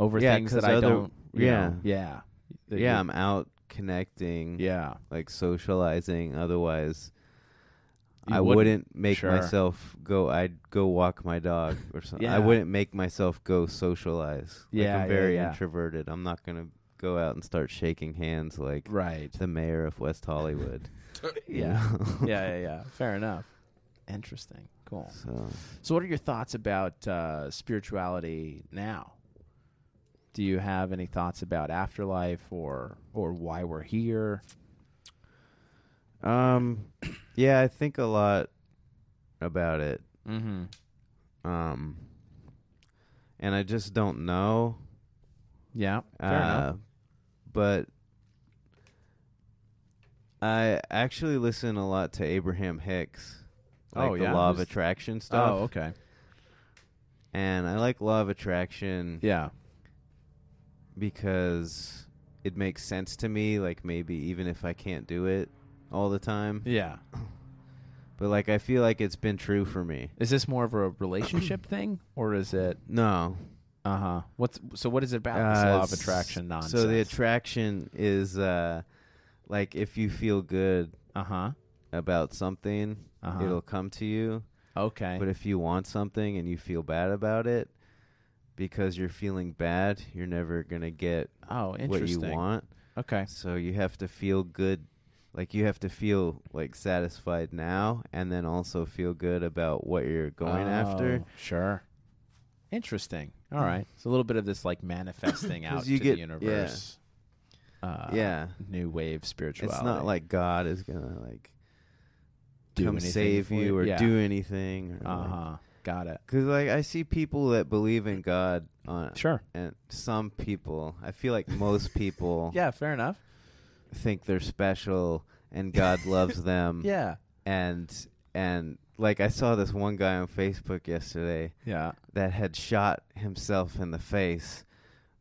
[SPEAKER 2] over
[SPEAKER 3] Yeah,
[SPEAKER 2] things that
[SPEAKER 3] 'cause
[SPEAKER 2] I
[SPEAKER 3] other-
[SPEAKER 2] don't. you
[SPEAKER 3] yeah.
[SPEAKER 2] know, yeah, That
[SPEAKER 3] yeah,
[SPEAKER 2] you-
[SPEAKER 3] I'm out connecting.
[SPEAKER 2] yeah.
[SPEAKER 3] like socializing. Otherwise,
[SPEAKER 2] You
[SPEAKER 3] I
[SPEAKER 2] wouldn't-
[SPEAKER 3] wouldn't, make
[SPEAKER 2] sure.
[SPEAKER 3] myself go. I'd go walk my dog or something.
[SPEAKER 2] Yeah.
[SPEAKER 3] I wouldn't make myself go socialize.
[SPEAKER 2] Yeah,
[SPEAKER 3] like
[SPEAKER 2] yeah,
[SPEAKER 3] I'm very
[SPEAKER 2] yeah.
[SPEAKER 3] introverted. I'm not gonna go out and start shaking hands like
[SPEAKER 2] Right.
[SPEAKER 3] the mayor of West Hollywood. you
[SPEAKER 2] Yeah.
[SPEAKER 3] know?
[SPEAKER 2] yeah, yeah, yeah. Fair enough. Interesting. Cool.
[SPEAKER 3] so
[SPEAKER 2] So, what are your thoughts about uh, spirituality now? Do you have any thoughts about afterlife or or why we're here?
[SPEAKER 3] um, yeah, I think a lot about it.
[SPEAKER 2] Mm-hmm.
[SPEAKER 3] Um, and I just don't know.
[SPEAKER 2] Yeah. Fair enough. Oh,
[SPEAKER 3] Uh, But I actually listen a lot to Abraham Hicks. Like
[SPEAKER 2] Oh,
[SPEAKER 3] the
[SPEAKER 2] yeah.
[SPEAKER 3] law of
[SPEAKER 2] Who's-
[SPEAKER 3] attraction stuff.
[SPEAKER 2] Oh, okay.
[SPEAKER 3] And I like law of attraction
[SPEAKER 2] Yeah.
[SPEAKER 3] because it makes sense to me, like maybe even if I can't do it all the time.
[SPEAKER 2] Yeah.
[SPEAKER 3] But like I feel like it's been true for me.
[SPEAKER 2] Is this more of a relationship thing, or is it?
[SPEAKER 3] No.
[SPEAKER 2] Uh huh. What's so? What is it about? this
[SPEAKER 3] Uh,
[SPEAKER 2] law of
[SPEAKER 3] s-
[SPEAKER 2] attraction nonsense.
[SPEAKER 3] So the attraction is uh like if you feel good
[SPEAKER 2] uh huh.
[SPEAKER 3] about something,
[SPEAKER 2] Uh-huh.
[SPEAKER 3] it'll come to you.
[SPEAKER 2] Okay.
[SPEAKER 3] But if you want something and you feel bad about it, because you're feeling bad, you're never going to get
[SPEAKER 2] oh, interesting.
[SPEAKER 3] what you want.
[SPEAKER 2] Okay.
[SPEAKER 3] So you have to feel good. Like you have to feel like satisfied now and then also feel good about what you're going after
[SPEAKER 2] Oh, Sure. Interesting. All right. It's a little bit of this like manifesting
[SPEAKER 3] Hmm. 'Cause
[SPEAKER 2] out
[SPEAKER 3] you
[SPEAKER 2] to
[SPEAKER 3] get-
[SPEAKER 2] the
[SPEAKER 3] yeah.
[SPEAKER 2] universe. Uh,
[SPEAKER 3] yeah.
[SPEAKER 2] New wave spirituality.
[SPEAKER 3] It's not like God is going to like
[SPEAKER 2] Do
[SPEAKER 3] come
[SPEAKER 2] anything
[SPEAKER 3] save
[SPEAKER 2] for
[SPEAKER 3] you,
[SPEAKER 2] you.
[SPEAKER 3] or
[SPEAKER 2] Yeah.
[SPEAKER 3] do anything or
[SPEAKER 2] Uh huh. Got it.
[SPEAKER 3] Cuz like I see people that believe in God on
[SPEAKER 2] Sure.
[SPEAKER 3] and some people, I feel like most people
[SPEAKER 2] Yeah. Fair enough.
[SPEAKER 3] think they're special and God loves them.
[SPEAKER 2] Yeah.
[SPEAKER 3] And and like I saw this one guy on Facebook yesterday
[SPEAKER 2] Yeah.
[SPEAKER 3] that had shot himself in the face,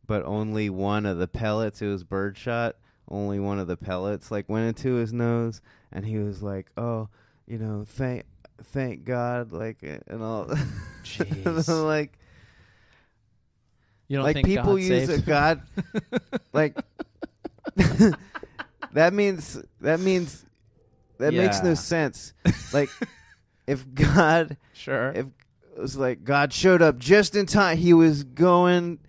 [SPEAKER 3] but only one of the pellets, it was birdshot, only one of the pellets like went into his nose and he was like, "Oh, you know, thank thank God like and all
[SPEAKER 2] Jeez.
[SPEAKER 3] I'm like
[SPEAKER 2] You don't
[SPEAKER 3] like
[SPEAKER 2] think
[SPEAKER 3] people
[SPEAKER 2] God
[SPEAKER 3] use
[SPEAKER 2] saves-
[SPEAKER 3] a god like that means that means that makes
[SPEAKER 2] Yeah.
[SPEAKER 3] no sense like if god
[SPEAKER 2] Sure.
[SPEAKER 3] if it was like god showed up just in time he was going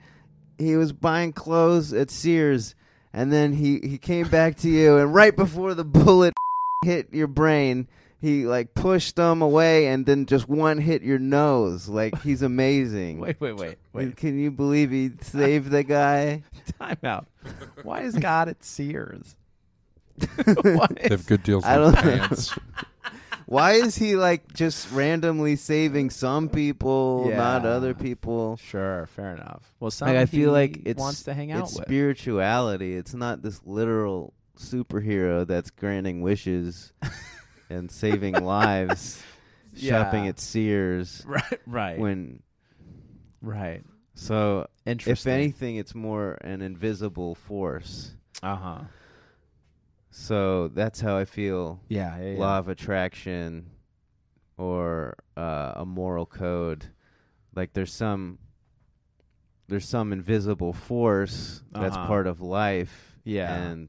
[SPEAKER 3] he was buying clothes at sears and then he he came back to you and right before the bullet hit your brain he like pushed them away and then just one hit your nose like he's amazing
[SPEAKER 2] wait. Wait. Wait. Wait.
[SPEAKER 3] Can you believe he saved the guy?
[SPEAKER 2] Time out. Why is God at Sears? Why
[SPEAKER 4] They have good deals
[SPEAKER 3] I
[SPEAKER 4] on
[SPEAKER 3] don't-
[SPEAKER 4] pants.
[SPEAKER 3] Why is he like just randomly saving some people, not
[SPEAKER 2] Yeah.
[SPEAKER 3] other people?
[SPEAKER 2] Sure, fair enough. Well, some
[SPEAKER 3] Like I feel like
[SPEAKER 2] he
[SPEAKER 3] it's
[SPEAKER 2] wants to hang out
[SPEAKER 3] it's
[SPEAKER 2] with.
[SPEAKER 3] spirituality. It's not this literal superhero that's granting wishes and saving lives, shopping
[SPEAKER 2] Yeah.
[SPEAKER 3] at Sears
[SPEAKER 2] right, right,
[SPEAKER 3] when.
[SPEAKER 2] right.
[SPEAKER 3] So if
[SPEAKER 2] Interesting.
[SPEAKER 3] anything, it's more an invisible force.
[SPEAKER 2] uh huh.
[SPEAKER 3] So that's how I feel
[SPEAKER 2] Yeah, yeah, yeah.
[SPEAKER 3] law of attraction or uh, a moral code like there's some there's some invisible force that's
[SPEAKER 2] Uh-huh.
[SPEAKER 3] part of life
[SPEAKER 2] Yeah.
[SPEAKER 3] and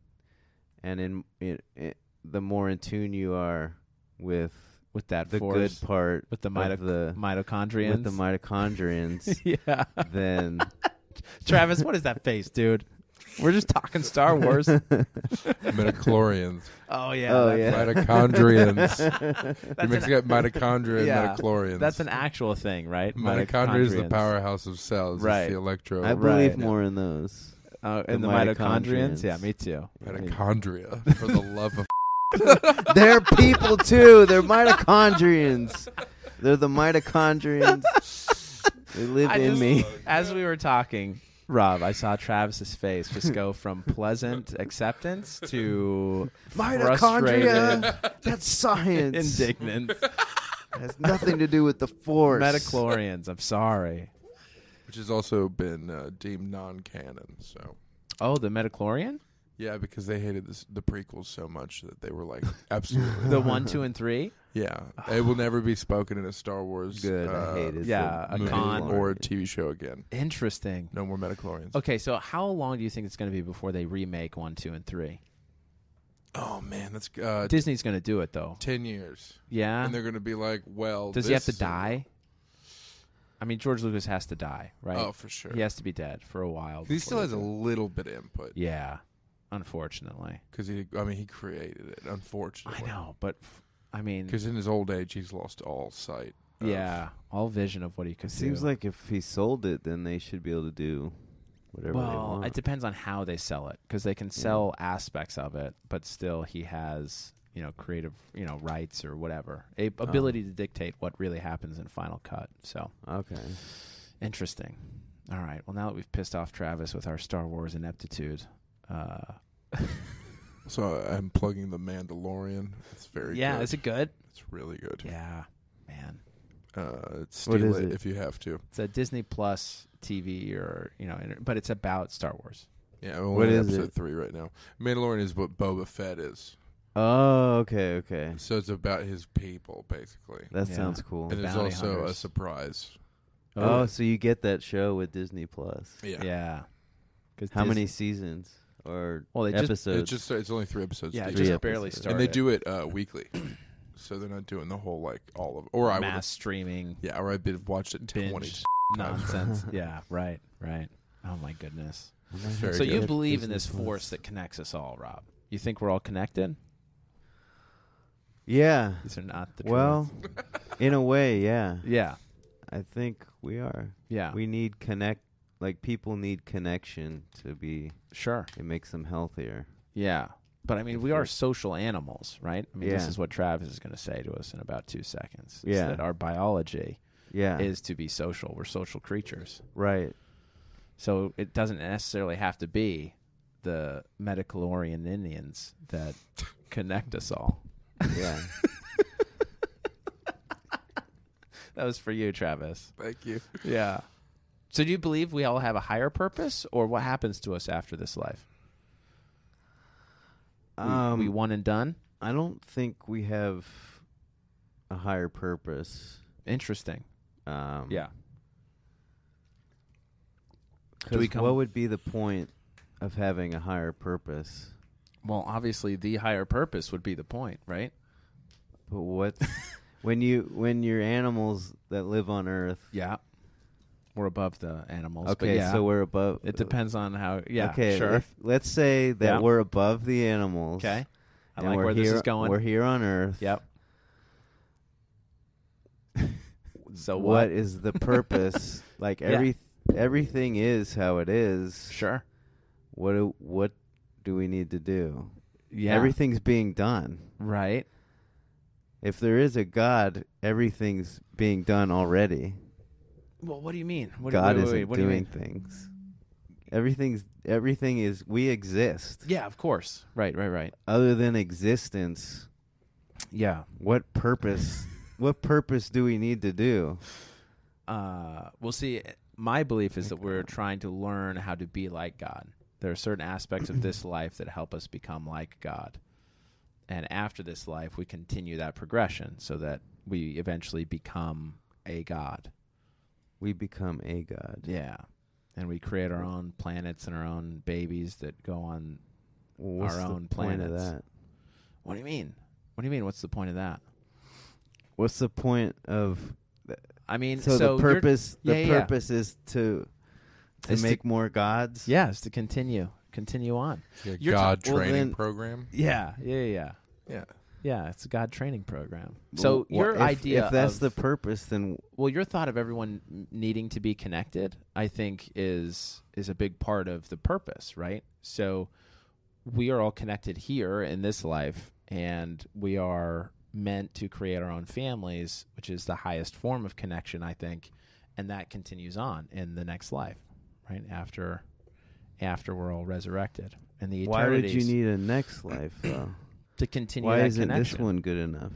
[SPEAKER 3] and in it, it, the more in tune you are with
[SPEAKER 2] with that
[SPEAKER 3] the
[SPEAKER 2] force,
[SPEAKER 3] good part
[SPEAKER 2] with the,
[SPEAKER 3] of
[SPEAKER 2] mitoc-
[SPEAKER 3] the
[SPEAKER 2] mitochondrians,
[SPEAKER 3] with the mitochondrions
[SPEAKER 2] yeah.
[SPEAKER 3] then
[SPEAKER 2] Travis, what is that face, dude? We're just talking Star Wars.
[SPEAKER 4] Metachlorians.
[SPEAKER 2] Oh yeah,
[SPEAKER 3] Oh,
[SPEAKER 2] that's,
[SPEAKER 3] yeah.
[SPEAKER 4] Mitochondrians. You're
[SPEAKER 2] That's an,
[SPEAKER 4] mixing up mitochondria and
[SPEAKER 2] Yeah.
[SPEAKER 4] metachlorians.
[SPEAKER 2] that's an actual thing, right?
[SPEAKER 4] mitochondria is the
[SPEAKER 2] Mitochondrians.
[SPEAKER 4] powerhouse of cells.
[SPEAKER 2] Right.
[SPEAKER 4] It's the electro
[SPEAKER 3] i believe
[SPEAKER 2] Right.
[SPEAKER 3] more in those
[SPEAKER 2] Uh,
[SPEAKER 3] the
[SPEAKER 2] and the, mitochondrians.
[SPEAKER 3] mitochondrians.
[SPEAKER 2] Yeah, me too.
[SPEAKER 4] mitochondria. For the love of
[SPEAKER 3] they're people too they're mitochondrians they're the mitochondrians they live
[SPEAKER 2] I
[SPEAKER 3] in
[SPEAKER 2] just-
[SPEAKER 3] me
[SPEAKER 2] As we were talking, Rob, I saw Travis's face just go from pleasant acceptance to frustrated
[SPEAKER 3] That's science.
[SPEAKER 2] indignance.
[SPEAKER 3] has nothing to do with the force.
[SPEAKER 2] Metachlorians. I'm sorry.
[SPEAKER 4] which has also been uh, deemed non-canon. So
[SPEAKER 2] Oh, the Metachlorian?
[SPEAKER 4] yeah, because they hated this, the prequels so much that they were like, absolutely,
[SPEAKER 2] The one, two, and three?
[SPEAKER 4] yeah, it will never be spoken in a Star Wars.
[SPEAKER 3] Good.
[SPEAKER 4] uh,
[SPEAKER 3] I hate it.
[SPEAKER 2] yeah, a
[SPEAKER 4] movie
[SPEAKER 2] con.
[SPEAKER 4] or a TV show again.
[SPEAKER 2] Interesting.
[SPEAKER 4] No more Metachlorians.
[SPEAKER 2] Okay, so how long do you think it's going to be before they remake one, two, and three?
[SPEAKER 4] Oh man, that's uh,
[SPEAKER 2] Disney's going to do it though.
[SPEAKER 4] ten years,
[SPEAKER 2] Yeah.
[SPEAKER 4] and they're gonna be like, well,
[SPEAKER 2] Does he have to
[SPEAKER 4] this-
[SPEAKER 2] die? I mean, George Lucas has to die, right?
[SPEAKER 4] Oh, for sure.
[SPEAKER 2] He has to be dead for a while.
[SPEAKER 4] He
[SPEAKER 2] before
[SPEAKER 4] still
[SPEAKER 2] they
[SPEAKER 4] has a
[SPEAKER 2] do it.
[SPEAKER 4] little bit of input
[SPEAKER 2] Yeah, unfortunately.
[SPEAKER 4] because he, I mean, he created it. Unfortunately,
[SPEAKER 2] I know, but f- I mean,
[SPEAKER 4] Because in his old age, he's lost all sight. of-
[SPEAKER 2] yeah, all vision of what he could
[SPEAKER 3] It seems
[SPEAKER 2] do.
[SPEAKER 3] like if he sold it, then they should be able to do whatever they
[SPEAKER 2] well,
[SPEAKER 3] want.
[SPEAKER 2] it depends on how they sell it because they can sell aspects of it, but still he has you know creative you know rights or whatever a- ability to dictate what really happens in Final Cut. So
[SPEAKER 3] okay.
[SPEAKER 2] Interesting. All right. Well, now that we've pissed off Travis with our Star Wars ineptitude, uh,
[SPEAKER 4] So I'm plugging the Mandalorian. It's very
[SPEAKER 2] yeah,
[SPEAKER 4] good.
[SPEAKER 2] is it good?
[SPEAKER 4] It's really good.
[SPEAKER 2] Yeah, man.
[SPEAKER 4] Uh,
[SPEAKER 3] What
[SPEAKER 4] steal
[SPEAKER 3] is
[SPEAKER 4] it,
[SPEAKER 3] it?
[SPEAKER 4] if you have to.
[SPEAKER 2] It's a Disney Plus TV or you know, inter- but it's about Star Wars.
[SPEAKER 4] Yeah, we're
[SPEAKER 3] What
[SPEAKER 4] only
[SPEAKER 3] is
[SPEAKER 4] on episode
[SPEAKER 3] it?
[SPEAKER 4] three right now. Mandalorian is what Boba Fett is.
[SPEAKER 3] Oh, okay, okay.
[SPEAKER 4] So it's about his people, basically.
[SPEAKER 3] That
[SPEAKER 2] Yeah.
[SPEAKER 3] sounds cool.
[SPEAKER 4] and it's
[SPEAKER 2] bounty
[SPEAKER 4] also a
[SPEAKER 2] hunters.
[SPEAKER 4] surprise.
[SPEAKER 3] Oh, so you get that show with Disney Plus.
[SPEAKER 4] Yeah.
[SPEAKER 2] yeah. Because
[SPEAKER 3] How many seasons or
[SPEAKER 2] Well, they just-
[SPEAKER 3] episodes?
[SPEAKER 4] It just it's only three episodes.
[SPEAKER 2] yeah, it
[SPEAKER 4] deep.
[SPEAKER 2] just
[SPEAKER 3] episodes.
[SPEAKER 2] barely
[SPEAKER 3] And they
[SPEAKER 2] started.
[SPEAKER 4] and they do it uh, weekly, so they're not doing the whole like all of. Or I would.
[SPEAKER 2] mass
[SPEAKER 4] have
[SPEAKER 2] streaming
[SPEAKER 4] Yeah, or I'd have watched it
[SPEAKER 2] Binge.
[SPEAKER 4] twenty.
[SPEAKER 2] nonsense. yeah, right, right. Oh my goodness.
[SPEAKER 4] Very
[SPEAKER 2] Mm-hmm. so you
[SPEAKER 4] good.
[SPEAKER 2] believe in this force that connects us all, Rob? You think we're all connected?
[SPEAKER 3] yeah.
[SPEAKER 2] These are not the
[SPEAKER 3] Well, in a way, yeah.
[SPEAKER 2] truth. yeah,
[SPEAKER 3] I think we are.
[SPEAKER 2] yeah,
[SPEAKER 3] We need connect. Like people need connection to be.
[SPEAKER 2] sure.
[SPEAKER 3] It makes them healthier.
[SPEAKER 2] Yeah. But I mean, we are social animals, right? I mean, this
[SPEAKER 3] Yeah.
[SPEAKER 2] is what Travis is going to say to us in about two seconds. is
[SPEAKER 3] Yeah.
[SPEAKER 2] that our biology
[SPEAKER 3] Yeah.
[SPEAKER 2] is to be social. We're social creatures.
[SPEAKER 3] right.
[SPEAKER 2] So it doesn't necessarily have to be the Metacalorian Indians that connect us all.
[SPEAKER 3] Yeah.
[SPEAKER 2] That was for you, Travis.
[SPEAKER 4] Thank you.
[SPEAKER 2] Yeah. So do you believe we all have a higher purpose or what happens to us after this life? We,
[SPEAKER 3] um,
[SPEAKER 2] we one and done?
[SPEAKER 3] I don't think we have a higher purpose.
[SPEAKER 2] Interesting.
[SPEAKER 3] Um,
[SPEAKER 2] Yeah.
[SPEAKER 3] 'cause what would be the point of having a higher purpose?
[SPEAKER 2] Well, obviously, the higher purpose would be the point, right?
[SPEAKER 3] But what when you when your animals that live on Earth?
[SPEAKER 2] Yeah, we're above the animals. but
[SPEAKER 3] Okay,
[SPEAKER 2] yeah,
[SPEAKER 3] so we're above. uh,
[SPEAKER 2] it depends on how. Yeah,
[SPEAKER 3] okay,
[SPEAKER 2] sure.
[SPEAKER 3] if- let's say that
[SPEAKER 2] Yeah.
[SPEAKER 3] we're above the animals.
[SPEAKER 2] okay, I
[SPEAKER 3] and
[SPEAKER 2] like
[SPEAKER 3] we're
[SPEAKER 2] where this
[SPEAKER 3] here-
[SPEAKER 2] is going.
[SPEAKER 3] We're here on Earth.
[SPEAKER 2] Yep. so
[SPEAKER 3] what is the purpose? like
[SPEAKER 2] Yeah.
[SPEAKER 3] every everything is how it is.
[SPEAKER 2] Sure.
[SPEAKER 3] What do, what do we need to do?
[SPEAKER 2] Yeah.
[SPEAKER 3] Everything's being done.
[SPEAKER 2] Right.
[SPEAKER 3] If there is a God, everything's being done already.
[SPEAKER 2] Well, what do you mean? What, do-
[SPEAKER 3] God
[SPEAKER 2] wait, wait,
[SPEAKER 3] isn't
[SPEAKER 2] wait, what do you
[SPEAKER 3] doing
[SPEAKER 2] mean?
[SPEAKER 3] things. Everything's everything is we exist.
[SPEAKER 2] Yeah, of course. Right. Right. Right.
[SPEAKER 3] Other than existence,
[SPEAKER 2] Yeah.
[SPEAKER 3] what purpose what purpose do we need to do?
[SPEAKER 2] uh, well, see, my belief is that we're trying to learn how to be like God. There are certain aspects of this life that help us become like God. And after this life, we continue that progression so that we eventually become a God.
[SPEAKER 3] We become a God.
[SPEAKER 2] Yeah. And we create our own planets and our own babies that go on.
[SPEAKER 3] Well, What's
[SPEAKER 2] Our
[SPEAKER 3] the
[SPEAKER 2] own
[SPEAKER 3] point of
[SPEAKER 2] planets.
[SPEAKER 3] that?
[SPEAKER 2] What do you mean? What do you mean? What's the point of that?
[SPEAKER 3] What's the point of
[SPEAKER 2] I mean,
[SPEAKER 3] so,
[SPEAKER 2] so,
[SPEAKER 3] the
[SPEAKER 2] you're-
[SPEAKER 3] purpose
[SPEAKER 2] yeah,
[SPEAKER 3] the
[SPEAKER 2] yeah, yeah.
[SPEAKER 3] purpose is to to
[SPEAKER 2] Is to-
[SPEAKER 3] make more gods?
[SPEAKER 2] Yeah, is to continue, continue on.
[SPEAKER 4] Yeah,
[SPEAKER 2] You're
[SPEAKER 4] God
[SPEAKER 2] ta-
[SPEAKER 3] well,
[SPEAKER 4] training
[SPEAKER 3] then-
[SPEAKER 4] program.
[SPEAKER 2] Yeah, yeah, yeah.
[SPEAKER 4] Yeah.
[SPEAKER 2] Yeah, it's a God training program.
[SPEAKER 3] Well,
[SPEAKER 2] So
[SPEAKER 3] wha-
[SPEAKER 2] your
[SPEAKER 3] if,
[SPEAKER 2] idea
[SPEAKER 3] if that's
[SPEAKER 2] of-
[SPEAKER 3] the purpose then
[SPEAKER 2] well your thought of everyone n- needing to be connected i think is is a big part of the purpose right so we are all connected here in this life and we are meant to create our own families which is the highest form of connection i think and that continues on in the next life right after after we're all resurrected and the
[SPEAKER 3] why would you
[SPEAKER 2] eternities
[SPEAKER 3] need a next life though?
[SPEAKER 2] to continue
[SPEAKER 3] Why
[SPEAKER 2] that
[SPEAKER 3] isn't
[SPEAKER 2] connection
[SPEAKER 3] this one good enough?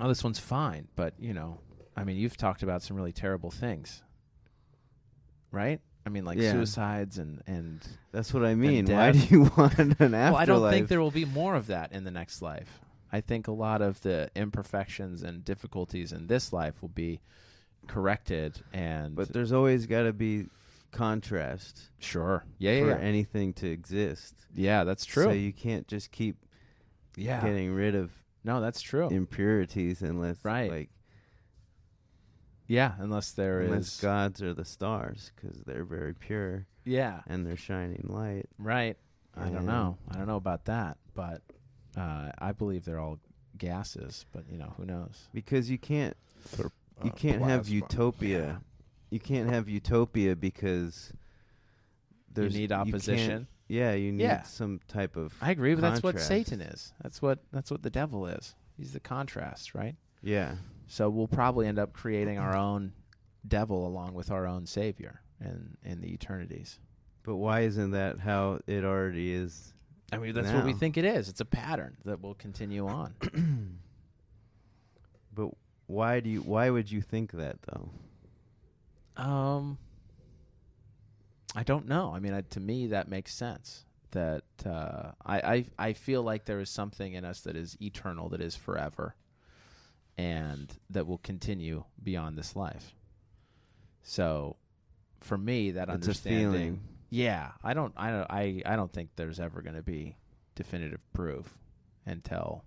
[SPEAKER 2] oh, this one's fine, but you know, I mean, you've talked about some really terrible things, right? I mean, like
[SPEAKER 3] Yeah.
[SPEAKER 2] suicides and and.
[SPEAKER 3] That's what I mean.
[SPEAKER 2] And
[SPEAKER 3] Why do
[SPEAKER 2] death.
[SPEAKER 3] you want an afterlife?
[SPEAKER 2] Well, I don't think there will be more of that in the next life. I think a lot of the imperfections and difficulties in this life will be corrected and
[SPEAKER 3] But there's always got to be contrast
[SPEAKER 2] sure, yeah, yeah,
[SPEAKER 3] for
[SPEAKER 2] yeah.
[SPEAKER 3] anything to exist.
[SPEAKER 2] Yeah, that's true.
[SPEAKER 3] So you can't just keep
[SPEAKER 2] yeah,
[SPEAKER 3] getting rid of
[SPEAKER 2] no, that's true.
[SPEAKER 3] impurities unless,
[SPEAKER 2] Right.
[SPEAKER 3] like,
[SPEAKER 2] yeah, unless there is,
[SPEAKER 3] unless gods are the stars because they're very pure
[SPEAKER 2] yeah,
[SPEAKER 3] and they're shining light.
[SPEAKER 2] right. I don't
[SPEAKER 3] And-
[SPEAKER 2] know. I don't know about that, but uh, I believe they're all gases. But you know, who knows?
[SPEAKER 3] because you can't
[SPEAKER 4] They're,
[SPEAKER 3] you
[SPEAKER 4] uh,
[SPEAKER 3] can't have
[SPEAKER 4] plasma.
[SPEAKER 3] utopia. You can't have utopia because there's
[SPEAKER 2] you need
[SPEAKER 3] can't-
[SPEAKER 2] opposition.
[SPEAKER 3] yeah, you need
[SPEAKER 2] Yeah.
[SPEAKER 3] some type of
[SPEAKER 2] I agree, but that's what
[SPEAKER 3] contrast.
[SPEAKER 2] Satan is. That's what that's what the devil is. He's the contrast, right?
[SPEAKER 3] yeah.
[SPEAKER 2] So we'll probably end up creating our own devil along with our own savior in in the eternities.
[SPEAKER 3] But why isn't that how it already is?
[SPEAKER 2] I mean, that's what we
[SPEAKER 3] Now.
[SPEAKER 2] think it is. It's a pattern that will continue on.
[SPEAKER 3] But why do you why would you think that though?
[SPEAKER 2] Um, I don't know. I mean, I, to me, that makes sense. That uh, I, I I feel like there is something in us that is eternal, that is forever, and that will continue beyond this life. So, for me, that
[SPEAKER 3] It's a
[SPEAKER 2] understanding,
[SPEAKER 3] feeling.
[SPEAKER 2] yeah, I don't, I don't, I, I don't think there's ever going to be definitive proof until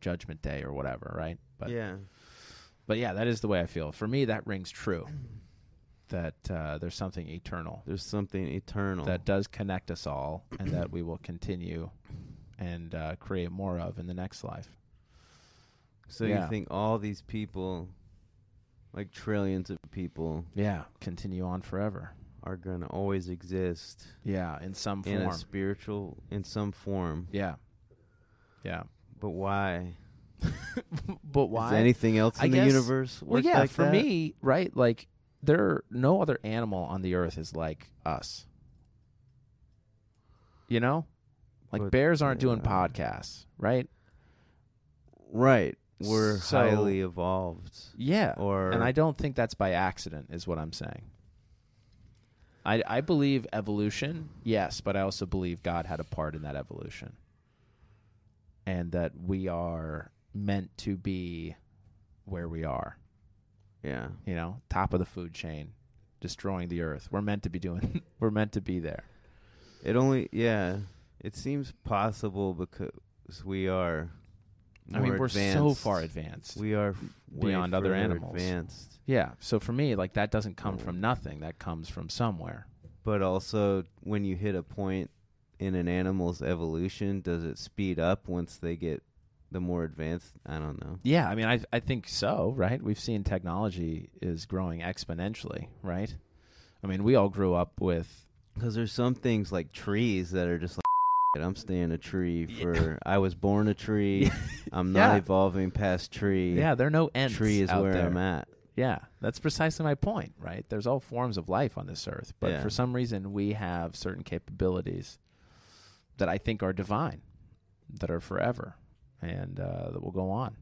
[SPEAKER 2] Judgment Day or whatever, right? But
[SPEAKER 3] yeah.
[SPEAKER 2] but yeah, that is the way I feel. For me, that rings true. That uh, there's something eternal
[SPEAKER 3] There's something eternal.
[SPEAKER 2] that does connect us all, and that we will continue and uh, create more of in the next life.
[SPEAKER 3] so
[SPEAKER 2] yeah.
[SPEAKER 3] you think all these people like trillions of people
[SPEAKER 2] Yeah, continue on forever.
[SPEAKER 3] are going to always exist
[SPEAKER 2] Yeah, in some
[SPEAKER 3] in
[SPEAKER 2] form.
[SPEAKER 3] a spiritual in some form.
[SPEAKER 2] yeah, yeah.
[SPEAKER 3] But why?
[SPEAKER 2] But why?
[SPEAKER 3] Is anything else
[SPEAKER 2] I
[SPEAKER 3] in the
[SPEAKER 2] guess-
[SPEAKER 3] universe work
[SPEAKER 2] well, yeah.
[SPEAKER 3] like
[SPEAKER 2] for
[SPEAKER 3] that?
[SPEAKER 2] me, right? Like there, no other animal on the earth is like us. You know, like
[SPEAKER 3] But,
[SPEAKER 2] bears aren't doing
[SPEAKER 3] yeah.
[SPEAKER 2] podcasts, right?
[SPEAKER 3] right? We're
[SPEAKER 2] So-
[SPEAKER 3] highly evolved,
[SPEAKER 2] Yeah.
[SPEAKER 3] or
[SPEAKER 2] and I don't think that's by accident, is what I'm saying. I, I believe evolution, yes, but I also believe God had a part in that evolution. And that we are meant to be where we are,
[SPEAKER 3] yeah,
[SPEAKER 2] you know, top of the food chain, destroying the earth. We're meant to be doing, we're meant to be there.
[SPEAKER 3] it only yeah, it seems possible because we are.
[SPEAKER 2] I mean,
[SPEAKER 3] more
[SPEAKER 2] we're so far
[SPEAKER 3] advanced.
[SPEAKER 2] advanced.
[SPEAKER 3] We are f- way
[SPEAKER 2] beyond other
[SPEAKER 3] further
[SPEAKER 2] animals.
[SPEAKER 3] advanced,
[SPEAKER 2] yeah. So for me, like, that doesn't come from nothing, that comes from somewhere.
[SPEAKER 3] but also when you hit a point in an animal's evolution, does it speed up once they get the more advanced? I don't know.
[SPEAKER 2] Yeah, I mean, I I think so, right? We've seen technology is growing exponentially, right? I mean, we all grew up with
[SPEAKER 3] Because there's some things like trees that are just like, "F- it, I'm staying a tree for. I was born a tree. I'm not
[SPEAKER 2] Yeah.
[SPEAKER 3] evolving past tree.
[SPEAKER 2] yeah, there are no ends.
[SPEAKER 3] tree is
[SPEAKER 2] out
[SPEAKER 3] where
[SPEAKER 2] there.
[SPEAKER 3] I'm at.
[SPEAKER 2] Yeah, that's precisely my point, right? There's all forms of life on this earth, but
[SPEAKER 3] Yeah.
[SPEAKER 2] for some reason, we have certain capabilities that I think are divine, that are forever, and uh, that will go on.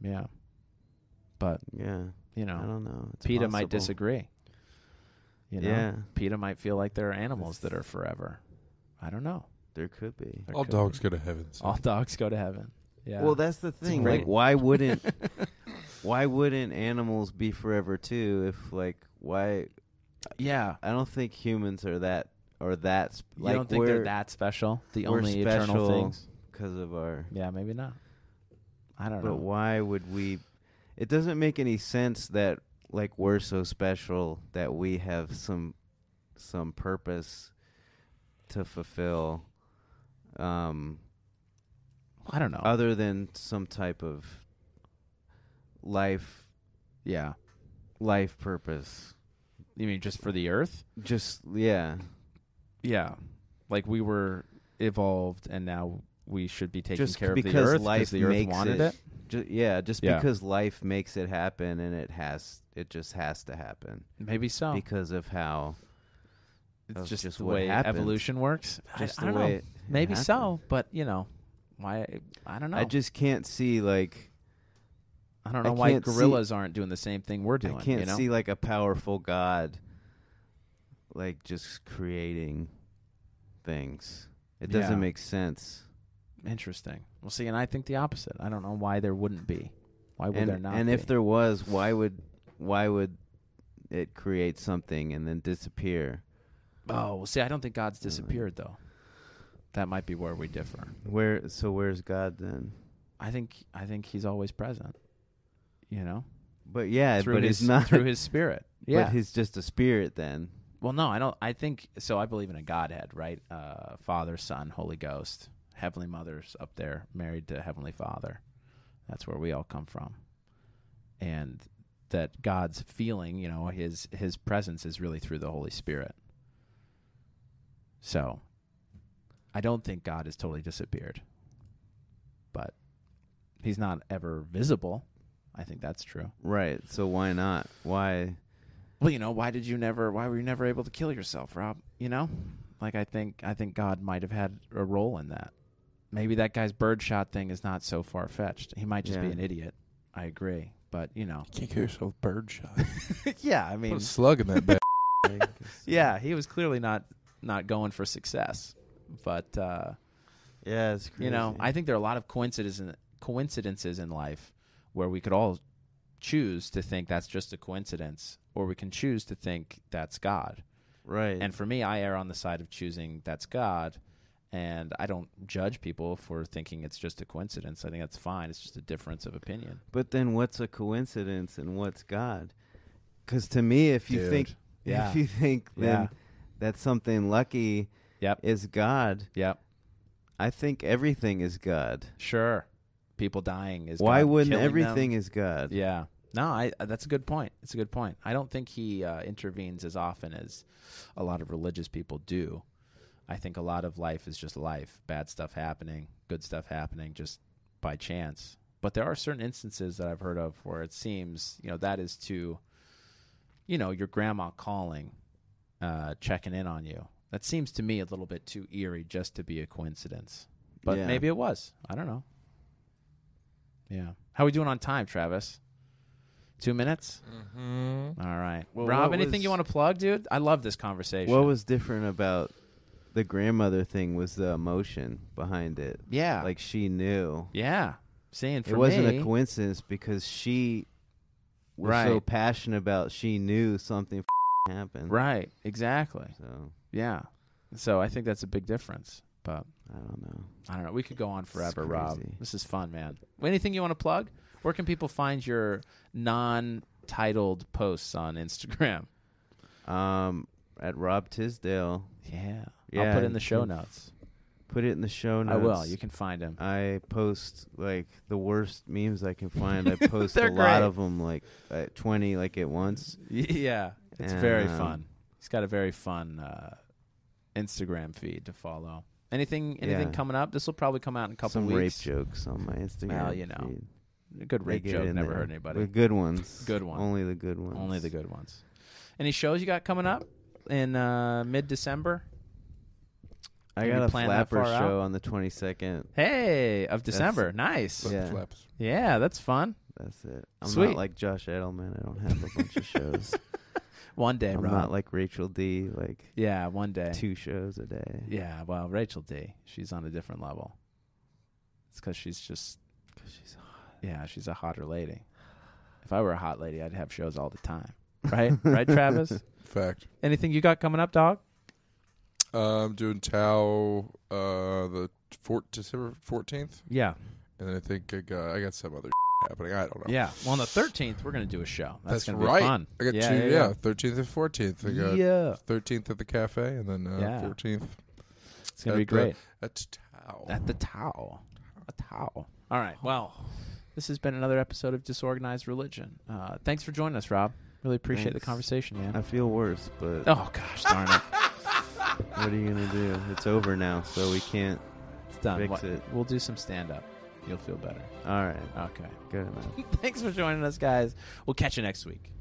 [SPEAKER 2] Yeah, but
[SPEAKER 3] Yeah,
[SPEAKER 2] you
[SPEAKER 3] I
[SPEAKER 2] know,
[SPEAKER 3] don't know. It's
[SPEAKER 2] PETA
[SPEAKER 3] possible.
[SPEAKER 2] might disagree. You know,
[SPEAKER 3] Yeah,
[SPEAKER 2] PETA might feel like there are animals that are forever. I don't know.
[SPEAKER 3] there could be.
[SPEAKER 2] There
[SPEAKER 4] All
[SPEAKER 2] could
[SPEAKER 4] dogs
[SPEAKER 2] be.
[SPEAKER 4] go to heaven. so-
[SPEAKER 2] All dogs go to heaven. Yeah.
[SPEAKER 3] Well, that's the thing.
[SPEAKER 2] great.
[SPEAKER 3] Like, why wouldn't why wouldn't animals be forever too? If like why
[SPEAKER 2] yeah.
[SPEAKER 3] I don't think humans are that or that sp-
[SPEAKER 2] You
[SPEAKER 3] like
[SPEAKER 2] don't think they're that special? The
[SPEAKER 3] we're
[SPEAKER 2] only eternal
[SPEAKER 3] special.
[SPEAKER 2] things.
[SPEAKER 3] because of our
[SPEAKER 2] Yeah, maybe not. I don't
[SPEAKER 3] But
[SPEAKER 2] know.
[SPEAKER 3] why would we? It doesn't make any sense that like we're so special that we have some some purpose to fulfill, um,
[SPEAKER 2] I don't know.
[SPEAKER 3] other than some type of life
[SPEAKER 2] yeah.
[SPEAKER 3] life purpose.
[SPEAKER 2] You mean just for the Earth?
[SPEAKER 3] Just yeah,
[SPEAKER 2] Yeah. Like we were evolved, and now we should be taking
[SPEAKER 3] Just
[SPEAKER 2] care of the
[SPEAKER 3] because
[SPEAKER 2] Earth
[SPEAKER 3] life
[SPEAKER 2] the Earth
[SPEAKER 3] makes
[SPEAKER 2] wanted it.
[SPEAKER 3] it. Ju- yeah, just
[SPEAKER 2] Yeah.
[SPEAKER 3] because life makes it happen, and it has it just has to happen
[SPEAKER 2] Maybe so.
[SPEAKER 3] because of how
[SPEAKER 2] it's
[SPEAKER 3] of
[SPEAKER 2] just,
[SPEAKER 3] just
[SPEAKER 2] the
[SPEAKER 3] what
[SPEAKER 2] way
[SPEAKER 3] happened.
[SPEAKER 2] evolution works. I-
[SPEAKER 3] just the
[SPEAKER 2] I, don't know.
[SPEAKER 3] way it
[SPEAKER 2] Maybe so,
[SPEAKER 3] happened.
[SPEAKER 2] but you know, Why? I don't know.
[SPEAKER 3] I just can't see like
[SPEAKER 2] I don't know
[SPEAKER 3] I
[SPEAKER 2] why
[SPEAKER 3] can't see-
[SPEAKER 2] gorillas aren't doing the same thing we're doing.
[SPEAKER 3] I can't
[SPEAKER 2] you know?
[SPEAKER 3] see like a powerful god like just creating things. It doesn't
[SPEAKER 2] Yeah.
[SPEAKER 3] make sense.
[SPEAKER 2] Interesting. Well, see, and I think the opposite. I don't know why there wouldn't be. Why would
[SPEAKER 3] and
[SPEAKER 2] there not?
[SPEAKER 3] and
[SPEAKER 2] be?
[SPEAKER 3] if there was, why would why would it create something and then disappear?
[SPEAKER 2] oh, well, see, I don't think God's disappeared though. That might be where we differ.
[SPEAKER 3] Where so where's God then?
[SPEAKER 2] I think I think He's always present. You know,
[SPEAKER 3] But yeah,
[SPEAKER 2] through
[SPEAKER 3] but
[SPEAKER 2] his
[SPEAKER 3] it's not
[SPEAKER 2] through His Spirit. Yeah.
[SPEAKER 3] But he's just a spirit then.
[SPEAKER 2] well, no, I don't. I think so. I believe in a Godhead, right? Uh, Father, Son, Holy Ghost, Heavenly Mother's up there, married to Heavenly Father. That's where we all come from, and that God's feeling, you know, His His presence is really through the Holy Spirit. So, I don't think God has totally disappeared, but He's not ever visible. I think that's true.
[SPEAKER 3] Right. So why not? Why
[SPEAKER 2] Well, you know, why did you never? Why were you never able to kill yourself, Rob? You know, like I think I think God might have had a role in that. Maybe that guy's birdshot thing is not so far fetched. He might just be
[SPEAKER 3] Yeah.
[SPEAKER 2] an idiot. I agree, but you know,
[SPEAKER 4] Can't kill yourself with birdshot.
[SPEAKER 2] yeah, I
[SPEAKER 4] Put
[SPEAKER 2] mean,
[SPEAKER 4] a slug in that bag.
[SPEAKER 2] yeah, he was clearly not not going for success, but uh,
[SPEAKER 3] Yeah, it's crazy.
[SPEAKER 2] you know, I think there are a lot of coincidences coincidences in life where we could all choose to think that's just a coincidence, or we can choose to think that's God.
[SPEAKER 3] right.
[SPEAKER 2] And for me, I err on the side of choosing that's God. And I don't judge people for thinking it's just a coincidence. I think that's fine. It's just a difference of opinion.
[SPEAKER 3] But then what's a coincidence and what's God? Because to me, if you
[SPEAKER 2] Dude.
[SPEAKER 3] think,
[SPEAKER 2] Yeah.
[SPEAKER 3] if you think then
[SPEAKER 2] Yeah.
[SPEAKER 3] that something lucky
[SPEAKER 2] Yep.
[SPEAKER 3] is God,
[SPEAKER 2] Yep.
[SPEAKER 3] I think everything is God.
[SPEAKER 2] Sure. People dying is
[SPEAKER 3] Why
[SPEAKER 2] God
[SPEAKER 3] wouldn't
[SPEAKER 2] killing them.
[SPEAKER 3] everything is God?
[SPEAKER 2] Yeah. No, I uh, that's a good point. It's a good point. I don't think he uh, intervenes as often as a lot of religious people do. I think a lot of life is just life, bad stuff happening, good stuff happening just by chance. But there are certain instances that I've heard of where it seems, you know, that is to you know, your grandma calling uh checking in on you. That seems to me a little bit too eerie just to be a coincidence. But
[SPEAKER 3] Yeah.
[SPEAKER 2] maybe it was. I don't know. Yeah. How we doing on time, Travis? Two minutes?
[SPEAKER 4] Mm-hmm.
[SPEAKER 2] All right.
[SPEAKER 3] Well,
[SPEAKER 2] Rob,
[SPEAKER 3] what
[SPEAKER 2] anything
[SPEAKER 3] was-
[SPEAKER 2] you want to plug, dude? I love this conversation.
[SPEAKER 3] What was different about the grandmother thing was the emotion behind it.
[SPEAKER 2] Yeah.
[SPEAKER 3] Like she knew.
[SPEAKER 2] yeah. Seeing for
[SPEAKER 3] it wasn't
[SPEAKER 2] me-
[SPEAKER 3] a coincidence because she was so
[SPEAKER 2] Right.
[SPEAKER 3] passionate about she knew something f- happened.
[SPEAKER 2] Right. Exactly.
[SPEAKER 3] So
[SPEAKER 2] Yeah. So I think that's a big difference. But
[SPEAKER 3] I don't know.
[SPEAKER 2] I don't know. We could go on forever, Rob.
[SPEAKER 3] crazy.
[SPEAKER 2] This is fun, man. Anything you want to plug? Where can people find your non-titled posts on Instagram?
[SPEAKER 3] Um, at Rob Tisdale,
[SPEAKER 2] Yeah. I'll
[SPEAKER 3] Yeah,
[SPEAKER 2] put it in the
[SPEAKER 3] you
[SPEAKER 2] show
[SPEAKER 3] can
[SPEAKER 2] notes.
[SPEAKER 3] put it in the show
[SPEAKER 2] I
[SPEAKER 3] notes.
[SPEAKER 2] will. You can find him.
[SPEAKER 3] I post like the worst memes I can find. I post a
[SPEAKER 2] They're
[SPEAKER 3] lot
[SPEAKER 2] great.
[SPEAKER 3] of them, like at twenty, like at once.
[SPEAKER 2] yeah. It's very
[SPEAKER 3] Um,
[SPEAKER 2] fun. He's got a very fun uh, Instagram feed to follow. Anything anything
[SPEAKER 3] Yeah.
[SPEAKER 2] coming up? This will probably come out in a couple
[SPEAKER 3] Some
[SPEAKER 2] weeks.
[SPEAKER 3] rape jokes on my Instagram.
[SPEAKER 2] Well, you know,
[SPEAKER 3] feed.
[SPEAKER 2] A good
[SPEAKER 3] They
[SPEAKER 2] rape
[SPEAKER 3] get
[SPEAKER 2] joke.
[SPEAKER 3] in
[SPEAKER 2] Never
[SPEAKER 3] there.
[SPEAKER 2] heard anybody.
[SPEAKER 3] The good ones.
[SPEAKER 2] Good one.
[SPEAKER 3] Only the good ones.
[SPEAKER 2] Only the good ones. Any shows you got coming up in uh, mid December?
[SPEAKER 3] I
[SPEAKER 2] Have
[SPEAKER 3] got
[SPEAKER 2] you
[SPEAKER 3] a
[SPEAKER 2] planned that
[SPEAKER 3] flapper
[SPEAKER 2] far out?
[SPEAKER 3] show on the twenty second.
[SPEAKER 2] Hey, of December. nice. Yeah.
[SPEAKER 3] Yeah.
[SPEAKER 4] Flaps.
[SPEAKER 2] that's fun.
[SPEAKER 3] That's it. I'm
[SPEAKER 2] Sweet.
[SPEAKER 3] not like Josh Edelman. I don't have a bunch of shows.
[SPEAKER 2] One day,
[SPEAKER 3] I'm
[SPEAKER 2] Rob.
[SPEAKER 3] not like Rachel D. Like
[SPEAKER 2] yeah, one day.
[SPEAKER 3] two shows a day.
[SPEAKER 2] Yeah, well, Rachel D. She's on a different level. It's because she's just.
[SPEAKER 3] she's
[SPEAKER 2] Yeah, she's a hotter lady. If I were a hot lady, I'd have shows all the time. Right? right, Travis?
[SPEAKER 4] Fact.
[SPEAKER 2] Anything you got coming up, dog?
[SPEAKER 4] Uh, I'm doing Tao uh, the four, December 14th,
[SPEAKER 2] Yeah.
[SPEAKER 4] and then I think I got, I got some other happening. I don't know.
[SPEAKER 2] Yeah. Well, on the 13th, we're going to do a show. That's,
[SPEAKER 4] That's
[SPEAKER 2] going to
[SPEAKER 4] right.
[SPEAKER 2] be fun.
[SPEAKER 4] I got
[SPEAKER 2] yeah,
[SPEAKER 4] two,
[SPEAKER 2] yeah.
[SPEAKER 4] yeah, 13th and 14th. I got
[SPEAKER 2] Yeah.
[SPEAKER 4] 13th at the cafe, and then uh,
[SPEAKER 2] Yeah.
[SPEAKER 4] 14th
[SPEAKER 2] It's going to be
[SPEAKER 4] At the-
[SPEAKER 2] great.
[SPEAKER 4] at Tao.
[SPEAKER 2] At the Tao. A Tao. All right. Well, this has been another episode of Disorganized Religion. Uh, thanks for joining us, Rob. Really appreciate
[SPEAKER 3] Thanks.
[SPEAKER 2] the conversation, man.
[SPEAKER 3] I feel worse, but
[SPEAKER 2] Oh, gosh darn it.
[SPEAKER 3] what are you gonna do? It's over now, so we can't.
[SPEAKER 2] It's done.
[SPEAKER 3] Fix
[SPEAKER 2] What-
[SPEAKER 3] it.
[SPEAKER 2] We'll do some stand up. You'll feel better.
[SPEAKER 3] All right,
[SPEAKER 2] Okay.
[SPEAKER 3] good enough.
[SPEAKER 2] Thanks for joining us, guys. We'll catch you next week.